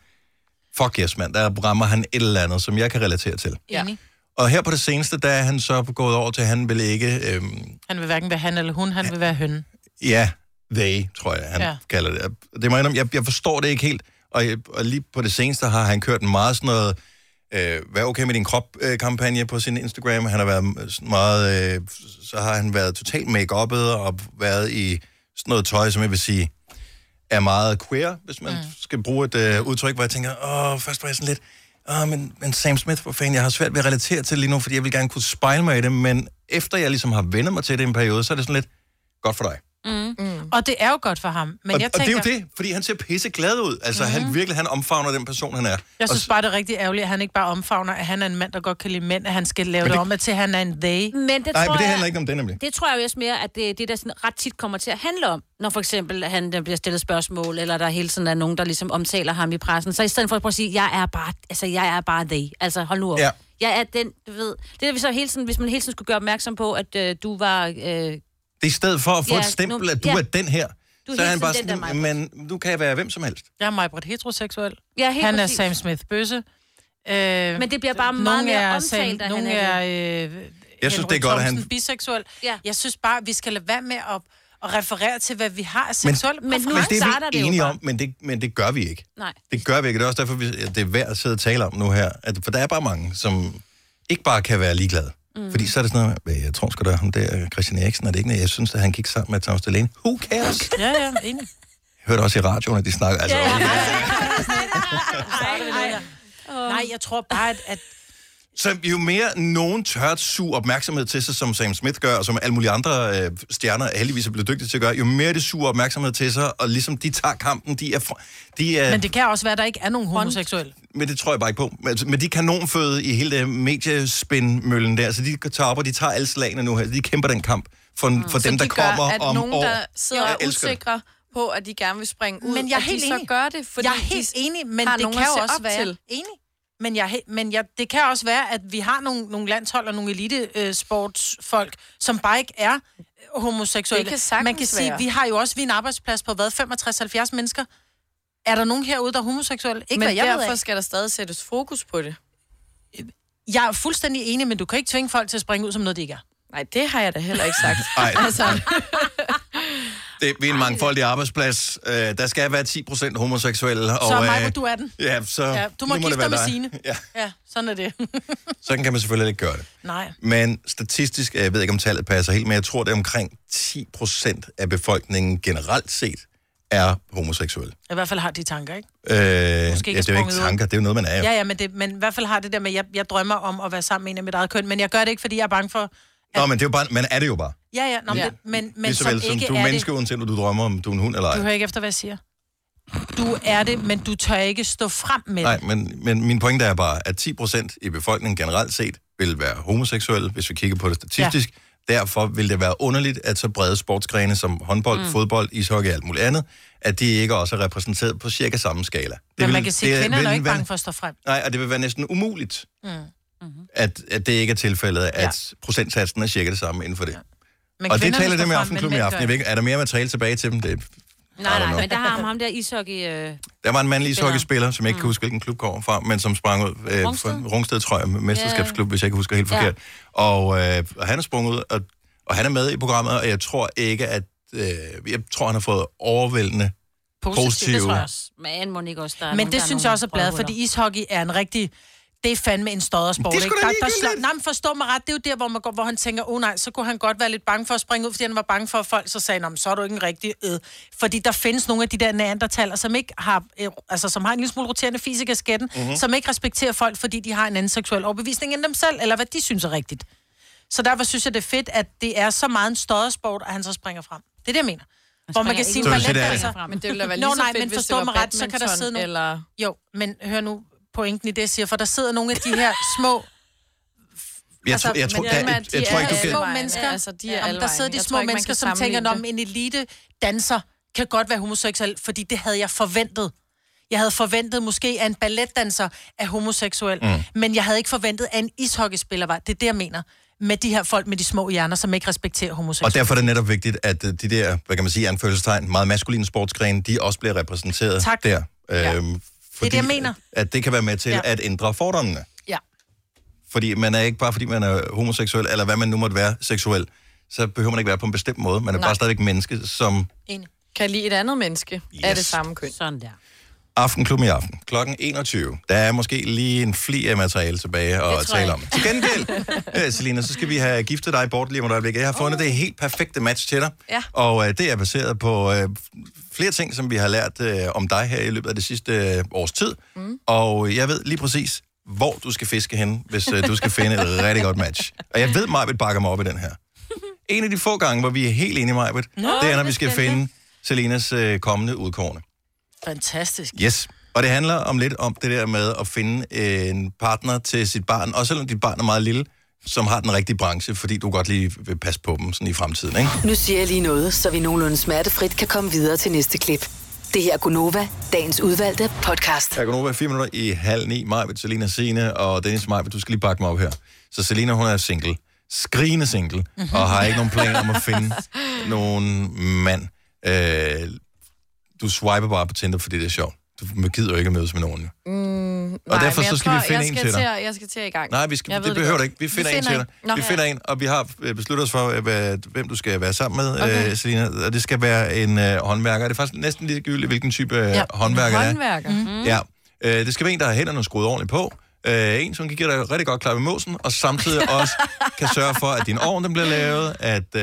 fuck yes, mand, der rammer han et eller andet, som jeg kan relatere til. Ja. Og her på det seneste, der er han så gået over til, at han vil ikke... Øhm, Han vil hverken være han eller hun, han vil være hønne. ja, they, tror jeg, han ja. Ja. kalder det. Det må jeg indrømme, jeg, jeg forstår det ikke helt. Og, jeg, og lige på det seneste har han kørt en meget sådan noget... Øh, vær okay med din krop-kampagne på sin Instagram. Han har været øh, sådan meget... Øh, så har han været totalt make og været i sådan noget tøj, som jeg vil sige er meget queer, hvis man mm. skal bruge et øh, udtryk, hvor jeg tænker, åh, først var jeg sådan lidt, åh, men, men Sam Smith, hvor fanden, jeg har svært ved at relatere til det lige nu, fordi jeg vil gerne kunne spejle mig i det, men efter jeg ligesom har vendt mig til det i en periode, så er det sådan lidt, godt for dig. Mm. Mm. Og det er jo godt for ham. Men og, jeg og tænker, det er jo det, fordi han ser pisse glad ud. Altså, mm. han virkelig, han omfavner den person, han er. Jeg og, synes bare, det er rigtig ærgerligt, at han ikke bare omfavner, at han er en mand, der godt kan lide mænd, at han skal lave Men det, det- det om, at til han er en they. Men det nej, tror men det jeg- handler ikke om det nemlig. Det tror jeg jo også mere, at det er det, der sådan ret tit kommer til at handle om, når for eksempel han der bliver stillet spørgsmål, eller der hele tiden er nogen, der ligesom omtaler ham i pressen. Så i stedet for at prøve at sige, jeg er bare, altså, jeg er bare they. Altså, hold nu op. Ja. Ja. Jeg er den, du ved. Det er vi så hele tiden, hvis man hele tiden skulle gøre opmærksom på, at øh, du var... Øh, Det er i stedet for at få Ja, ja, et stempel, nu- at du ja. ja. er den her, Du du er så er hele han bare tiden den sådan, der men nu kan jeg være hvem som helst. Jeg er meget bredt heteroseksuel. Ja, helt han præcis. er Sam Smith bøsse. Øh, Men det bliver bare meget mere omtalt, at Nogle han er, er er øh, Jeg synes, det er godt, at han- Thomsen biseksuel. Ja. Jeg synes bare, vi skal lade være med at, at referere til, hvad vi har af Men, seksuelle men, men det er vi enige om, men det, men det gør vi ikke. Nej. Det gør vi ikke, og det er også derfor, vi, at det er værd at sidde og tale om nu her. At, for der er bare mange, som ikke bare kan være ligeglade. Mhm. Mm. Fordi så er det sådan noget, "Hvad, jeg tror sgu da, ham der Christian Eriksen, er det ikke noget, jeg synes, at han gik sammen med Thomas Delaney. Who cares? Jeg Ja, ja, enig. hørte også i radioen, at de snakker, altså, ja, ja. Nej, Nej, jeg tror bare, at, at Så jo mere nogen tør at suge opmærksomhed til sig, som Sam Smith gør, og som alle mulige andre øh, stjerner heldigvis er blevet dygtige til at gøre, jo mere det suger opmærksomhed til sig, og ligesom de tager kampen, de er... Fra, de er Men det kan også være, at der ikke er nogen homoseksuel. Men det tror jeg bare ikke på. Altså, med de kanonføde i hele det mediespindmøllen der, så de tager op, og de tager alle slagene nu her. De kæmper den kamp for, mm. for Så dem, der de kommer gør, at om nogen, år. der sidder Jeg og er elsker det. usikre på, at de gerne vil springe ud, Men jeg er at helt de så enig. gør det, fordi jeg er helt de enig, men har det nogen kan at jo se også op være til. enig. Men, jeg, er he- men jeg, det kan også være, at vi har nogle, nogle landshold og nogle elitesportsfolk, som bare ikke er øh, homoseksuelle. Det kan sagtens Man kan sige, være. vi har jo også vi er en arbejdsplads på hvad, 65-70 mennesker. Er der nogen herude, der er homoseksuelle? Ikke Men hvad jeg ved derfor af. skal der stadig sættes fokus på det. Jeg er fuldstændig enig, men du kan ikke tvinge folk til at springe ud som noget, de ikke er. Nej, det har jeg da heller ikke sagt. *laughs* Ej. altså, Det, vi er en mangfoldig arbejdsplads. Øh, der skal være 10% homoseksuelle. øh, Og, så mig, hvor du er den. Ja, så ja, du må nu gifte det dig med være Signe. Ja, ja, sådan er det. *laughs* sådan kan man selvfølgelig ikke gøre det. Nej. Men statistisk, øh, jeg ved ikke om tallet passer helt, men jeg tror, det er omkring 10% af befolkningen generelt set er homoseksuelle. I hvert fald har de tanker, ikke? Øh, ja, Måske ikke det er jo ikke sprunget ud. tanker, det er jo noget, man er. jo. Ja, ja, men, det, men i hvert fald har det der med, at jeg, jeg drømmer om at være sammen med en af mit eget køn, men jeg gør det ikke, fordi jeg er bange for... Nå, men det er jo bare, man er det jo bare. Ja, ja, nå, men, Ja. ja. men, men Men som Ligesåvel ikke som, som du er er menneske, uanset om du drømmer om, du er en hund eller det. ej. Du hører ikke efter, hvad jeg siger. Du er det, men du tør ikke stå frem med Nej, det. men, men min pointe er bare, at 10% i befolkningen generelt set vil være homoseksuelle, hvis vi kigger på det statistisk. Ja. Derfor vil det være underligt, at så brede sportsgrene som håndbold, mm. Mm. fodbold, ishockey og alt muligt andet, at de ikke også er repræsenteret på cirka samme skala. Det Men man vil- kan sige, det at kvinderne vil er ikke være- bange for at stå frem. Nej, og det vil være næsten umuligt, Mm. at, at det ikke er tilfældet, at ja. procentsatsen er cirka det samme inden for det. Men og det kvinderne står taler det med frem, men Aftenklubben i mænd aften. gør Jeg ved ikke, er der mere materiale tilbage til dem? Det I Nej, don't nej, know. men der har ham, ham der ishockey... Øh, Mm. Der var en mandlig Spiller. ishockeyspiller, som jeg Mm. ikke kan huske, hvilken klub går fra, men som sprang ud øh, Rungsted? fra Rungsted, tror jeg, mesterskabsklub, hvis jeg ikke husker helt forkert. Og, øh, og han er sprunget ud, og, og han er med i programmet, og jeg tror ikke, at... Øh, jeg tror, han har fået overvældende positive... Positivt, det tror jeg også. men må ikke også, der er Men nogen, det der synes nogle jeg også er bladet, røvhuller. fordi ishockey er en rigtig... Det er fandme en stoddersport, Det er sgu ikke? da Der, der ligegyldigt. slår, nej, men forstå mig ret, det er jo der, hvor, man går, hvor han tænker, oh nej, så kunne han godt være lidt bange for at springe ud, fordi han var bange for, at folk så sagde, "Nå, men så er du ikke en rigtig æd. Fordi der findes nogle af de der neandertaler, som ikke har, øh, altså, som har en lille smule roterende fis i kasketten, Mhm. mm-hmm. som ikke respekterer folk, fordi de har en anden seksuel overbevisning end dem selv, eller hvad de synes er rigtigt. Så derfor synes jeg, det er fedt, at det er så meget en stoddersport, at han så springer frem. Det er det, jeg mener. Hvor man springer kan ikke sige, ud. man Så det er- altså, Men det ville da være lige så fedt, hvis det var mig ret, så kan der badminton sidde nogle... eller- Jo, men hør nu pointen i det, jeg siger, for der sidder nogle af de her små... Jeg tror- Altså, jeg Altså, tror- men- der- Jamen, jeg- de jeg tror er ikke, du kan- små Ja, mennesker. altså, de er Jamen, der alvejen. sidder de Jeg små tror ikke, man mennesker, kan som tænker, sammenligne om en elite danser kan godt være homoseksuel, fordi det havde jeg forventet. Jeg havde forventet måske, at en balletdanser er homoseksuel, Mm. mm. men jeg havde ikke forventet, at en ishockeyspiller var. Det er det, jeg mener med de her folk med de små hjerner, som ikke respekterer homoseksuelle. Og derfor er det netop vigtigt, at øh, de der, hvad kan man sige, anførselstegn, meget maskuline sportsgrene, de også bliver repræsenteret Tak. der. Øhm, det, jeg mener. At det kan være med til Ja. ja. at ændre fordommene. Ja. Fordi man er ikke bare, fordi man er homoseksuel, eller hvad man nu måtte være seksuel, så behøver man ikke være på en bestemt måde. Man er Nej. Nej. bare stadigvæk menneske, som Enig. Kan lide et andet menneske yes. af det samme køn. Sådan der. Aftenklubben i aften. Klokken 21. Der er måske lige en fli af materiale tilbage at tror jeg tale om. Til gengæld, *laughs* øh, Selina, så skal vi have giftet dig bort lige om et øjeblik. Jeg har fundet det helt perfekte match til dig. Ja. Og øh, det er baseret på øh, flere ting, som vi har lært øh, om dig her i løbet af det sidste øh, års tid. Mm. Og jeg ved lige præcis, hvor du skal fiske hen, hvis øh, du skal finde et rigtig godt match. Og jeg ved, Majbet bakker mig op i den her. En af de få gange, hvor vi er helt enige, Majbet, Nå, det er, når det vi er skal spændende. finde Selinas øh, kommende udkårne. Fantastisk. Yes. Og det handler om lidt om det der med at finde øh, en partner til sit barn, også selvom dit barn er meget lille, som har den rigtige branche, fordi du godt lige vil passe på dem sådan i fremtiden, ikke? Nu siger jeg lige noget, så vi nogenlunde smertefrit kan komme videre til næste klip. Det her er Gunova, dagens udvalgte podcast. Jeg kan nu være fire minutter i halv ni. Majbet, Selina Sine og Dennis Majbet, du skal lige bakke mig op her. Så Selina, hun er single. Skrigende single. Og har ikke nogen planer om at finde nogen mand. Øh, du swiper bare på Tinder, fordi det er sjovt. Du gider jo ikke at mødes med nogen. jo. Mm, og derfor så skal vi finde en til dig. Jeg skal til at i gang. Nej, vi skal, Jeg det, ved det behøver du godt. ikke. Vi finder, vi finder en til dig. Nå. Vi finder en, og vi har øh, besluttet os for, øh, hvad, hvem du skal være sammen med, Okay. okay. øh, Selina. Og det skal være en øh, håndværker. Det er faktisk næsten ligegyldigt, hvilken type øh, ja. håndværker det er. Håndværker. Mm. Ja. Øh, det skal være en, der har hænderne skruet ordentligt på. Øh, en, som kan give dig et rigtig godt klap i måsen, og samtidig også kan sørge for, at din ovn den bliver lavet, at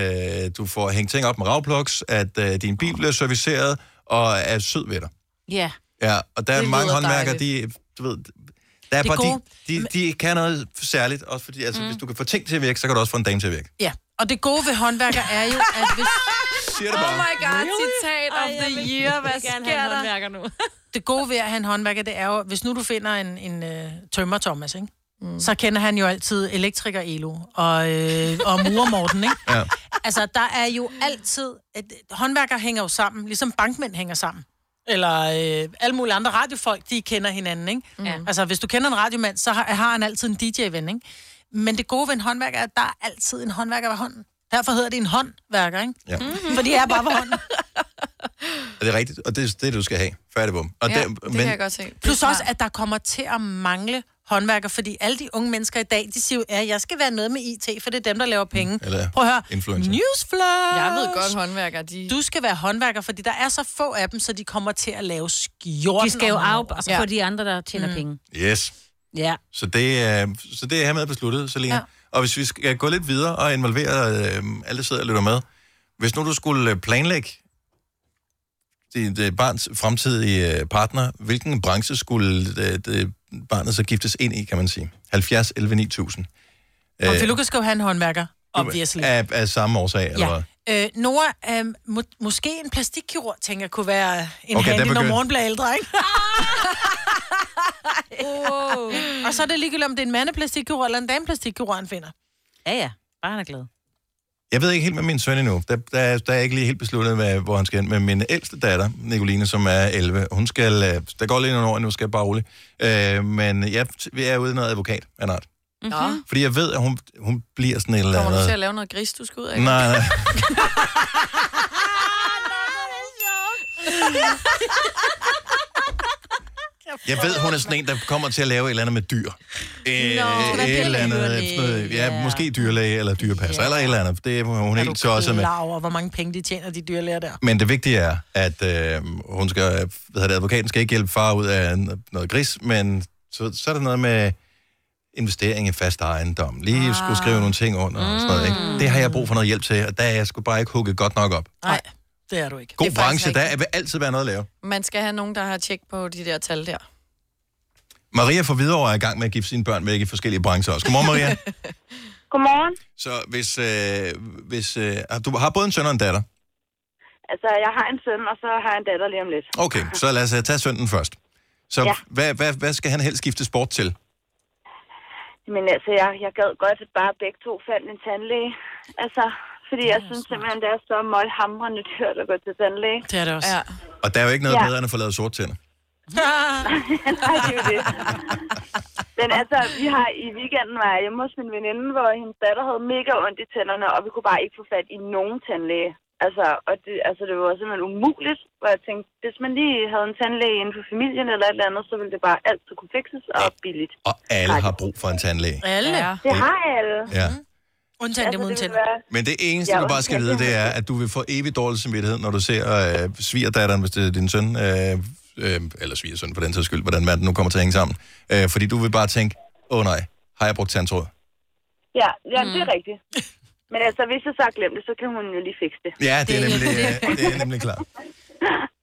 øh, du får hængt ting op med ravplugs, at øh, din bil bliver serviceret, og er sød ved dig. Ja. Ja, og der er Det mange lyder håndværkere, de, du ved, der er De bare, de, gode. de, de kan noget særligt, også fordi, altså, Mm. mm. hvis du kan få ting til at virke, så kan du også få en dame til at virke. Ja, og det gode ved håndværker er jo, at hvis... *laughs* Siger det bare. Oh my god, citat of the year. Hvad sker der? nu. *laughs* det gode ved at have en håndværker, det er jo, hvis nu du finder en, en uh, tømmer Thomas, ikke? Mm. så kender han jo altid elektriker Elo og, øh, og murer Morten, ikke? Ja. Altså, der er jo altid... At, øh, håndværker hænger jo sammen, ligesom bankmænd hænger sammen. Eller øh, alle mulige andre radiofolk, de kender hinanden, ikke? Mm. Ja. Altså, hvis du kender en radiomand, så har, har han altid en DJ-ven, ikke? Men det gode ved en håndværker er, at der er altid en håndværker ved hånden. Derfor hedder det en håndværker, ikke? Ja. Mm. Fordi jeg er bare ved hånden. Og det er rigtigt, og det er det, du skal have. Færdig bum. Og der- se. Plus også, at der kommer til at mangle håndværker, fordi alle de unge mennesker i dag, de siger jo, at jeg skal være noget med IT, for det er dem, der laver penge. Mm, Eller Prøv at høre. influencer. Newsflash! Jeg ved godt, håndværker, de... Du skal være håndværker, fordi der er så få af dem, så de kommer til at lave skjorten. De skal jo om af året. på de andre, der tjener mm. penge. Yes. Ja. Så det, er, så det er hermed besluttet, Selina. Ja. Og hvis vi skal gå lidt videre og involvere øh, alle, der sidder og lytter med. Hvis nu du skulle øh, planlægge dit øh, barns fremtidige øh, partner, hvilken branche skulle øh, det, barnet så giftes ind i, kan man sige? 70, 11, 9000. Og øh, Feluca skal jo have en håndværker. obviously. Af, af samme årsag, ja. eller hvad? Øh, Nora, øh, må, måske en plastikkirurg, tænker jeg, kunne være en Okay, okay, der handy, når begynder- morgen bliver ældre, *laughs* ikke? wow. Og så er det ligegyldigt, om det er en mandeplastikkirurg eller en dameplastikkirurg, han finder. Ja, ja. Bare han er glad. Jeg ved ikke helt med min søn endnu. Der, der, er- der er ikke lige helt besluttet, hvad, hvor han skal hen. Men min ældste datter, Nicoline, som er 11, hun skal... øh, Der går lige nogle år, nu skal jeg bare roligt. Øh, men jeg, jeg er ude i noget advokat af en art. Mm-hmm. Nå, Fordi jeg ved, at hun, hun bliver sådan et eller kommer du til at andet... lave noget gris, du skal ud af? Nej, nej. Jeg ved, hun er sådan en, der kommer til at lave et eller andet med dyr. Øh, hvad et bliver eller andet, dyrlæge? sådan noget, ja, måske dyrlæge eller dyrepasser, eller et eller andet. Det er hun er helt tosset med. Klar over, hvor mange penge de tjener, de dyrlæger der. Men det vigtige er, at øh, hun skal, hvad hedder det, advokaten skal ikke hjælpe far ud af n- noget gris, men så, så er der noget med investering i fast ejendom. Lige ah. skulle skrive nogle ting under og sådan noget. Ikke? Det har jeg brug for noget hjælp til, og der er jeg sgu bare ikke hugget godt nok op. Nej, Mm. det er du ikke. God branche, der vil altid være noget at lave. Man skal have nogen, der har tjek på de der tal der. Maria fra Hvidovre er i gang med at give sine børn væk i forskellige brancher også. Godmorgen, *laughs* Maria. Godmorgen. Så hvis, øh, hvis øh, har- du har både en søn og en datter. Altså, jeg har en søn, og så har jeg en datter lige om lidt. Okay, så lad os øh, tage sønnen først. Så Ja. ja. hvad, hvad, hvad skal han helst skifte sport til? Men altså, jeg, jeg gad godt, at bare begge to fandt en tandlæge. Altså, fordi jeg synes simpelthen, det er så målhamrende dyrt at gå til tandlæge. Det er det også. Ja. Og der er jo ikke noget Ja. ja. bedre end at få lavet sort tænder. *laughs* Nej, det er jo det. Men altså, vi har i weekenden var jeg hjemme hos min veninde, hvor hendes datter havde mega ondt i tænderne, og vi kunne bare ikke få fat i nogen tandlæge. Altså, og det, altså, det var simpelthen umuligt, hvor jeg tænkte, hvis man lige havde en tandlæge inden for familien eller et eller andet, så ville det bare altid kunne fikses og billigt. Og alle har brug for en tandlæge. Alle? Ja. Det har alle. Ja. Undtagen dem uden ville tænder. være- Men det eneste, Ja, du bare skal okay. vide, det er, at du vil få evig dårlig samvittighed, når du ser øh, svigerdatteren, hvis det er din søn, øh, øh, eller svigersøn for den sags skyld, hvordan manden nu kommer til at hænge sammen. Øh, fordi du vil bare tænke, åh oh, nej, har jeg brugt tandtråd? Ja, ja mm. det er rigtigt. Men altså, hvis jeg så har glemt det, så kan hun jo lige fikse det. Ja, det er nemlig, *laughs* øh, det er nemlig klart.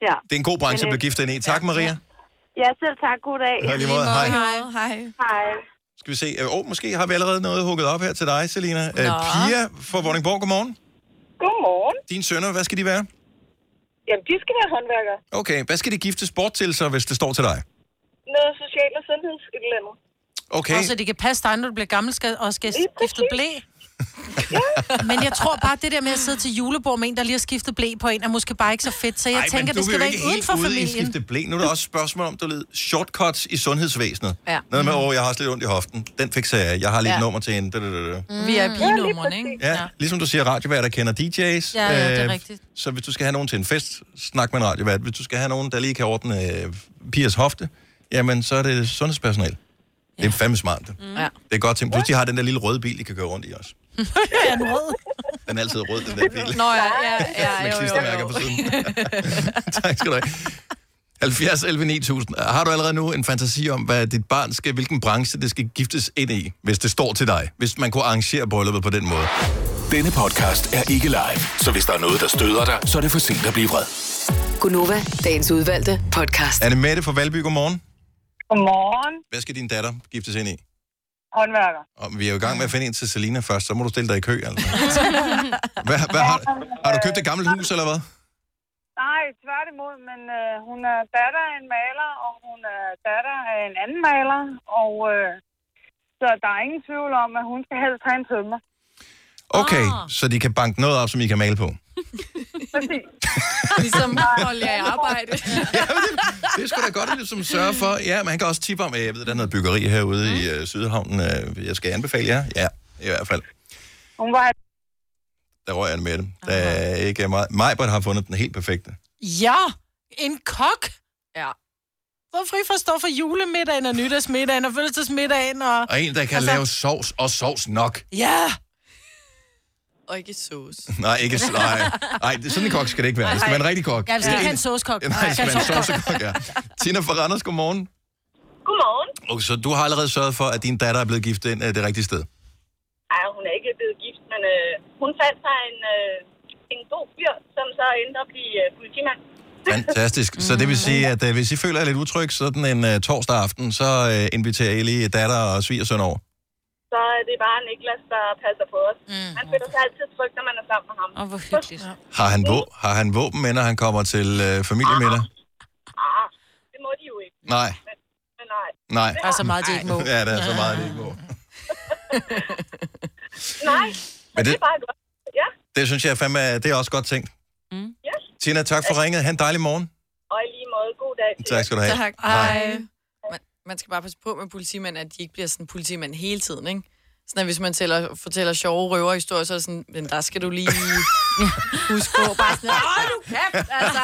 Ja. Det er en god branche at Men, øh, blive giftet ind i. Tak, Maria. Ja, selv tak. God dag. Ja, lige måde. Hej. Hej. Hej. Skal vi se. Øh, Åh, oh, måske har vi allerede noget hugget op her til dig, Selina. Øh, Pia fra Vordingborg, godmorgen. Godmorgen. Dine sønner, hvad skal de være? Jamen, de skal være håndværkere. Okay, hvad skal de gifte sport til så, hvis det står til dig? Noget social og sundheds et eller andet. Okay. Og så det kan passe dig, når du bliver gammel skal, og skal skifte blæ. Men jeg tror bare, det der med at sidde til julebord med en, der lige har skiftet blæ på en, er måske bare ikke så fedt. Så jeg Ej, tænker, men du det vil skal jo være ikke uden helt for ude i familien. skifte blæ. Nu er der også spørgsmål om, du ved, shortcuts i sundhedsvæsenet. Ja. Mhm. Noget med, åh, jeg har også lidt ondt i hoften. Den fik jeg. Jeg har lige Ja. et nummer til en. Da, da, da, da. Vi er pigenummerne, ikke? Ja, ligesom du siger, radioværter kender DJ's. Ja, ja, Øh, det er rigtigt. Så hvis du skal have nogen til en fest, snak med en radiovært. Hvis du skal have nogen, der lige kan ordne øh, pigers hofte, jamen så er det sundhedspersonal. Ja. Det er fandme smart. Det, mm. Ja. *laughs* det er godt ting. Plus, de har den der lille røde bil, de kan køre rundt i også. er en rød. Den er altid rød, den der *laughs* bil. Nå ja, ja, *laughs* ja. Med jo, jo, klistermærker jo. på siden. *laughs* tak skal du have. 70 11 9000. Har du allerede nu en fantasi om, hvad dit barn skal, hvilken branche det skal giftes ind i, hvis det står til dig? Hvis man kunne arrangere brylluppet på den måde. Denne podcast er ikke live, så hvis der er noget, der støder dig, så er det for sent at blive vred. Gunova, dagens udvalgte podcast. Anne Mette fra Valby, godmorgen. Godmorgen. Hvad skal din datter giftes ind i? Håndværker. Og vi er jo i gang med at finde en til Selina først, så må du stille dig i kø, altså. Hvad, *laughs* hvad har, har du købt et gammelt hus, eller hvad? Nej, tværtimod, men øh, hun er datter af en maler, og hun er datter af en anden maler, og øh, så der er ingen tvivl om, at hun skal helst have en tømmer. Okay, Ah. så de kan banke noget op, som I kan male på. Præcis. *laughs* ligesom holde jer i *laughs* arbejde. Det er sgu da godt, at du som sørger for. Ja, man kan også tippe om, at jeg ved, der er noget byggeri herude mm. i øh, Sydhavnen. Øh, jeg skal anbefale jer. Ja, i hvert fald. Hun var... Der røg jeg med det. Der er ikke meget. Majbert har fundet den helt perfekte. Ja, en kok. Ja. Hvorfor I forstår for julemiddagen og nytårsmiddagen og fødselsdagsmiddagen og... Og en, der kan altså... lave sovs og sovs nok. Ja! Og ikke sauce. *laughs* Nej, ikke *laughs* så- nej. Nej, det- sådan en kok skal det ikke være. Det skal være en rigtig kok. Ja, vi skal ikke Ja. have en saucekok. Ja, Nej, det skal være en sovsekok, ja. Tina fra Randers, godmorgen. Godmorgen. Okay, så du har allerede sørget for, at din datter er blevet gift ind øh, det rigtige sted. Ej, hun er ikke blevet gift, men øh, hun fandt sig en, øh, en god fyr, som så endte at blive øh, politimand. Fantastisk. Så *laughs* det vil sige, at øh, hvis I føler jer lidt utryg sådan en øh, torsdag aften, så øh, inviterer I lige datter og svigersøn over. Så er det bare Niklas, der passer på os. Mm. Man føler sig altid tryg, når man er sammen med ham. Åh, hvor hyggeligt. Har han, vå- har han våben med, når han kommer til øh, familiemiddag? Ah, det må de jo *laughs* ikke. Nej. Men, men nej. Nej. Det har de *laughs* Ja, der er så meget, de ikke må. Nej, men det... det- det er bare godt. Ja, Det synes jeg fandme, er- det er også godt tænkt. Mm. yes. Tina, tak for ringet. Ha' en dejlig morgen. Og i lige måde, god dag. Tak skal du have. Tak. Hej. Hej. Man, man skal bare passe på med politimænd, at de ikke bliver sådan politimænd hele tiden, ikke? Sådan, at hvis man tæller, fortæller sjove røverhistorier, så er det sådan, men der skal du *laughs* lige huske på. Bare sådan, åh, du kæft, altså.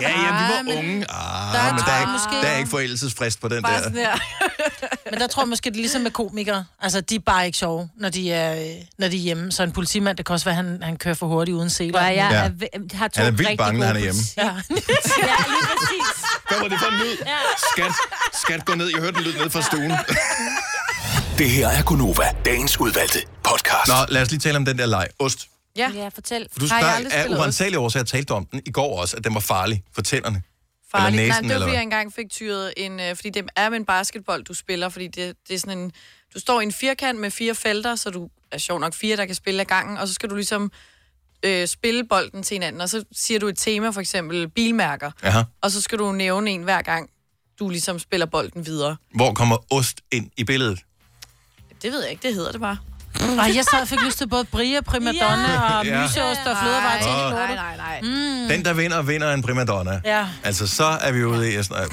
Ja, ja, vi var unge. Ah, der, er men der, er måske- ikke, der er ikke forældelsesfrist på den Bare der. sådan her. *laughs* Men der tror jeg måske, det er ligesom med komikere. Altså, de er bare ikke sjove, når de er, øh, når de er hjemme. Så en politimand, det kan også være, han, han kører for hurtigt uden seler. Hvor jeg er ve- har to Han er vildt rigtig bange, når gode han er hjemme. Ja. *laughs* ja, lige præcis. Kommer det sådan ud? Ja. Skat, skat, gå ned. Jeg hørte en lyd ned fra stuen. Det her er Gunova, dagens udvalgte podcast. Nå, lad os lige tale om den der leg. Ost. Ja. ja, fortæl. For du der af urensagelige årsager talte du om den i går også, at den var farlig for tænderne. Farligt. Eller Nej, det næsen, var, eller fordi jeg hvad? engang fik tyret en... Øh, fordi det er med en basketball, du spiller, fordi det, det er sådan en... Du står i en firkant med fire felter, så du er sjov nok fire, der kan spille ad gangen, og så skal du ligesom øh, spille bolden til hinanden, og så siger du et tema, for eksempel bilmærker, Aha. og så skal du nævne en hver gang, du ligesom spiller bolden videre. Hvor kommer ost ind i billedet? Det ved jeg ikke, det hedder det bare. Ej, jeg sad og fik lyst til både Bria, Primadonna Ja. ja. og Ja. Myseost og flødevej til. Åh. Nej, nej, nej. Mm. Den, der vinder, vinder en primadonna. Ja. Altså, så er vi ude i... Sådan,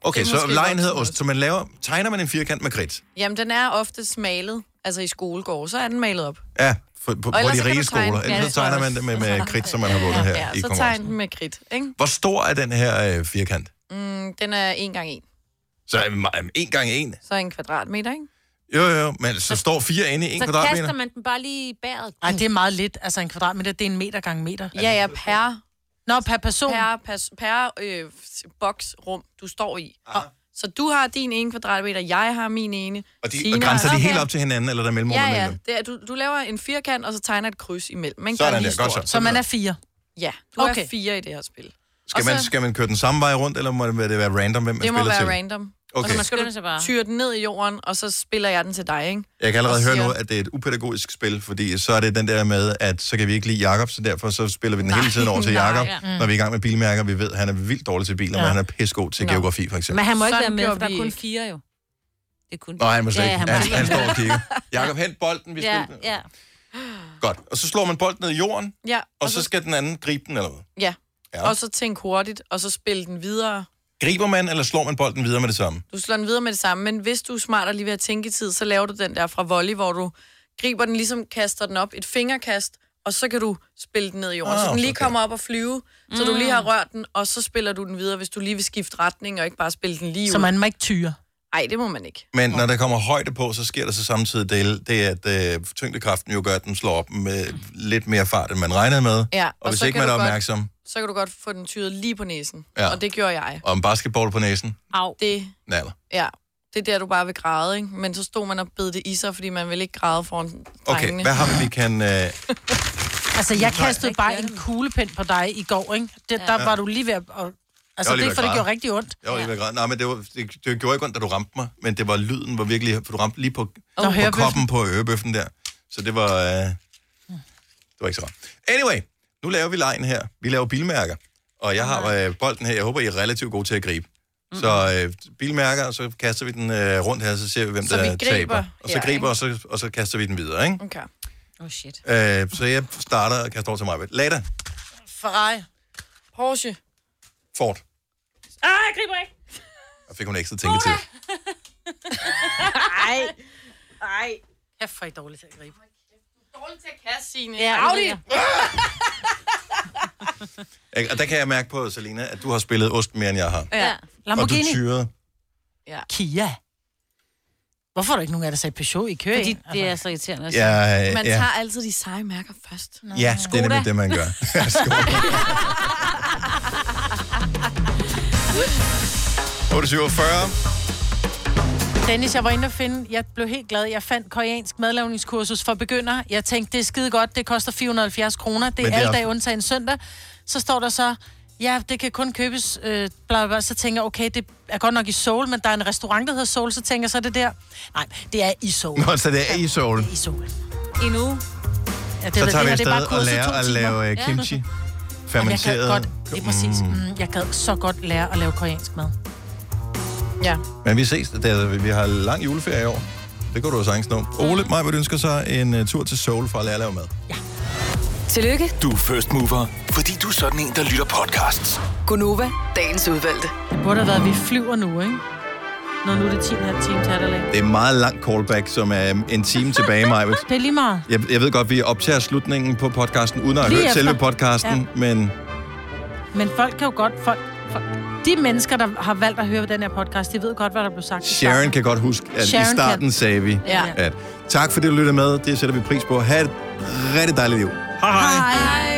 okay, Det er så måske lejen hedder ost. Så man laver, tegner man en firkant med kridt. Jamen, den er ofte smalet, altså i skolegård, så er den malet op. Ja, for, på, Og på ellers de så kan rige du tegne- skoler. Ja, Ellers det så tror jeg tegner man det med, med kridt, som man har vundet her i Ja, så tegn konkurrencen. den med kridt, ikke? Hvor stor er den her øh, firkant? Mm, den er en gang en, Så er øh, en gang en. så er en kvadratmeter, ikke? Jo, jo, men så står fire inde i en kvadratmeter. man den bare lige i bæret. Ej, det er meget lidt. Altså, en kvadratmeter, det er en meter gange meter. Ja, ja, per... Nå, per person. Per, per, per øh, boksrum, du står i. Og, så du har din ene kvadratmeter, jeg har min ene. Og, de, Signe og grænser har- de helt op til hinanden, eller der er mellemrum Ja, imellem ja. dem? Det er, du, du laver en firkant, og så tegner et kryds imellem. Ikke? Sådan er lige der, godt stort. så. Så man er fire? Ja, du okay. Okay. er fire i det her spil. Skal, Og man, så- skal man køre den samme vej rundt, eller må det det være random, hvem man Det må spiller være til? random. Okay. Og så skal skynder sig bare. du tyre den ned i jorden, og så spiller jeg den til dig, ikke? Jeg kan allerede Og høre siger- nu, at det er et upædagogisk spil, fordi så er det den der med, at så kan vi ikke lide Jakob, så derfor så spiller vi den Nej, hele tiden over til nej, Jakob, ja. når vi er i gang med bilmærker. Vi ved, at han er vildt dårlig til biler, Ja. men han er pissegod til Nå. geografi, for eksempel. Men han må ikke Sådan være med, for gjorde der er vi kun ikke. fire jo. Det er kun Nej, han må slet Ja, ikke. han må Han, ikke han være står med. og kigger. Jakob, hent bolden, vi skal... Ja, ja. Godt. Og så slår man bolden ned i jorden, Ja, og så skal den anden gribe den, eller hvad? ja. Ja. ja. Og så tænk hurtigt, og så spil den videre. Griber man, eller slår man bolden videre med det samme? Du slår den videre med det samme, men hvis du er smart og lige ved at tænke i tid, så laver du den der fra volley, hvor du griber den, ligesom kaster den op, et fingerkast, og så kan du spille den ned i jorden. Ah, Ah, så den lige okay. kommer op og flyve, så du Mm. lige har rørt den, og så spiller du den videre, hvis du lige vil skifte retning, og ikke bare spille den lige Så ud. man må ikke tyre. Nej, det må man ikke. Men når der kommer højde på, så sker der så samtidig det, det at øh, tyngdekraften jo gør, at den slår op med lidt mere fart, end man regnede med. Ja, og, og hvis så ikke kan man er du godt- opmærksom, Så kan du godt få den tyret lige på næsen, Ja. ja. og det gjorde jeg. og en basketball på næsen, Au. Det, naller. ja, det er der, du bare vil græde, ikke? Men så stod man og bed det i sig, fordi man ville ikke græde foran Okay, drengene. hvad har vi, vi kan... Øh, Altså, jeg Nej. kastede bare en kuglepind på dig i går, ikke? Det, der Ja. var du lige ved at... Og, altså, det var lige er ved ikke, for at det gjorde græde. rigtig ondt. jeg var lige ved at græde. Nej, men det, var, det, det gjorde ikke ondt, da du ramte mig, men det var lyden, var virkelig... For du ramte lige på, Nå, på hørebøffen. koppen på ørebøffen der. Så det var... Øh, det var ikke så rart. Anyway, nu laver vi lejen her. Vi laver bilmærker. Og jeg har øh, bolden her. Jeg håber, I er relativt gode til at gribe. Mm. Så øh, bilmærker, og så kaster vi den øh, rundt her, så ser vi, hvem Så der vi griber, taber. Og så ja, griber, ikke? og så, og så kaster vi den videre, ikke? Okay. Oh shit. Øh, så jeg starter og kaster over til mig. Lada, Ferrari. Porsche. Ford. Ah, jeg griber ikke. Og fik hun ekstra tænketid. Nej. Nej. Kæft, for I dårligt til at gribe. *laughs* Dårligt til at kaste, Signe. Ja, Audi! det Ikke? Og der kan jeg mærke på, Selina, at du har spillet ost mere, end jeg har. Ja. Lamborghini. Og du tyrede. Ja. Kia. Hvorfor er der ikke nogen af jer, der sagde Peugeot i køen? Fordi det er så irriterende. at Ja, sige. øh, Man ja. tager altid de seje mærker først. Nå. Ja, det er nemlig det, man *laughs* gør. *laughs* Skoda. 847. Dennis, jeg var inde og finde, jeg blev helt glad, jeg fandt koreansk madlavningskursus for begyndere. Jeg tænkte, det er skide godt, det koster 470 kroner, det er, Men det er- alle dage undtagen søndag. Så står der så, ja, det kan kun købes, øh, bla, bla, bla. så tænker jeg, okay, det er godt nok i Seoul, men der er en restaurant, der hedder Seoul, så tænker jeg, så er det der. Nej, det er i Seoul. Nå, så det er i solen. I Seoul. Endnu. Ja, det, Så er tager vi her, det er bare afsted og kurset lærer to at timer. lave øh, Ja. kimchi. Jamen, jeg gad Fermenteret. godt, det er præcis. Mm, jeg gad så godt lære at lave koreansk mad. Ja. Men vi ses. Det er, vi har lang juleferie i år. Det kunne du jo sagtens nå. Ole, mig vil ønsker sig en øh, tur til Seoul for at lære at lave mad. Tillykke. Du er first mover, fordi du er sådan en, der lytter podcasts. Gunova, dagens udvalgte. Det burde have været, at vi flyver nu, ikke? Når nu er det 10,5 time til Adderley. Det er meget lang callback, som er øhm, en time tilbage, Majbet. Det er lige meget. Jeg, jeg ved godt, vi optager slutningen på podcasten, uden at have Lige hørt efter. selve podcasten, ja. men Men folk kan jo godt... Folk, folk, de mennesker, der har valgt at høre den her podcast, de ved godt, hvad der blev sagt. i Sharon starten. kan godt huske, at Sharon Sharon i starten kan. kan. sagde vi, Ja. ja. at tak fordi du lyttede med. Det sætter vi pris på. Ha' et rigtig dejligt liv. Hej. Hej.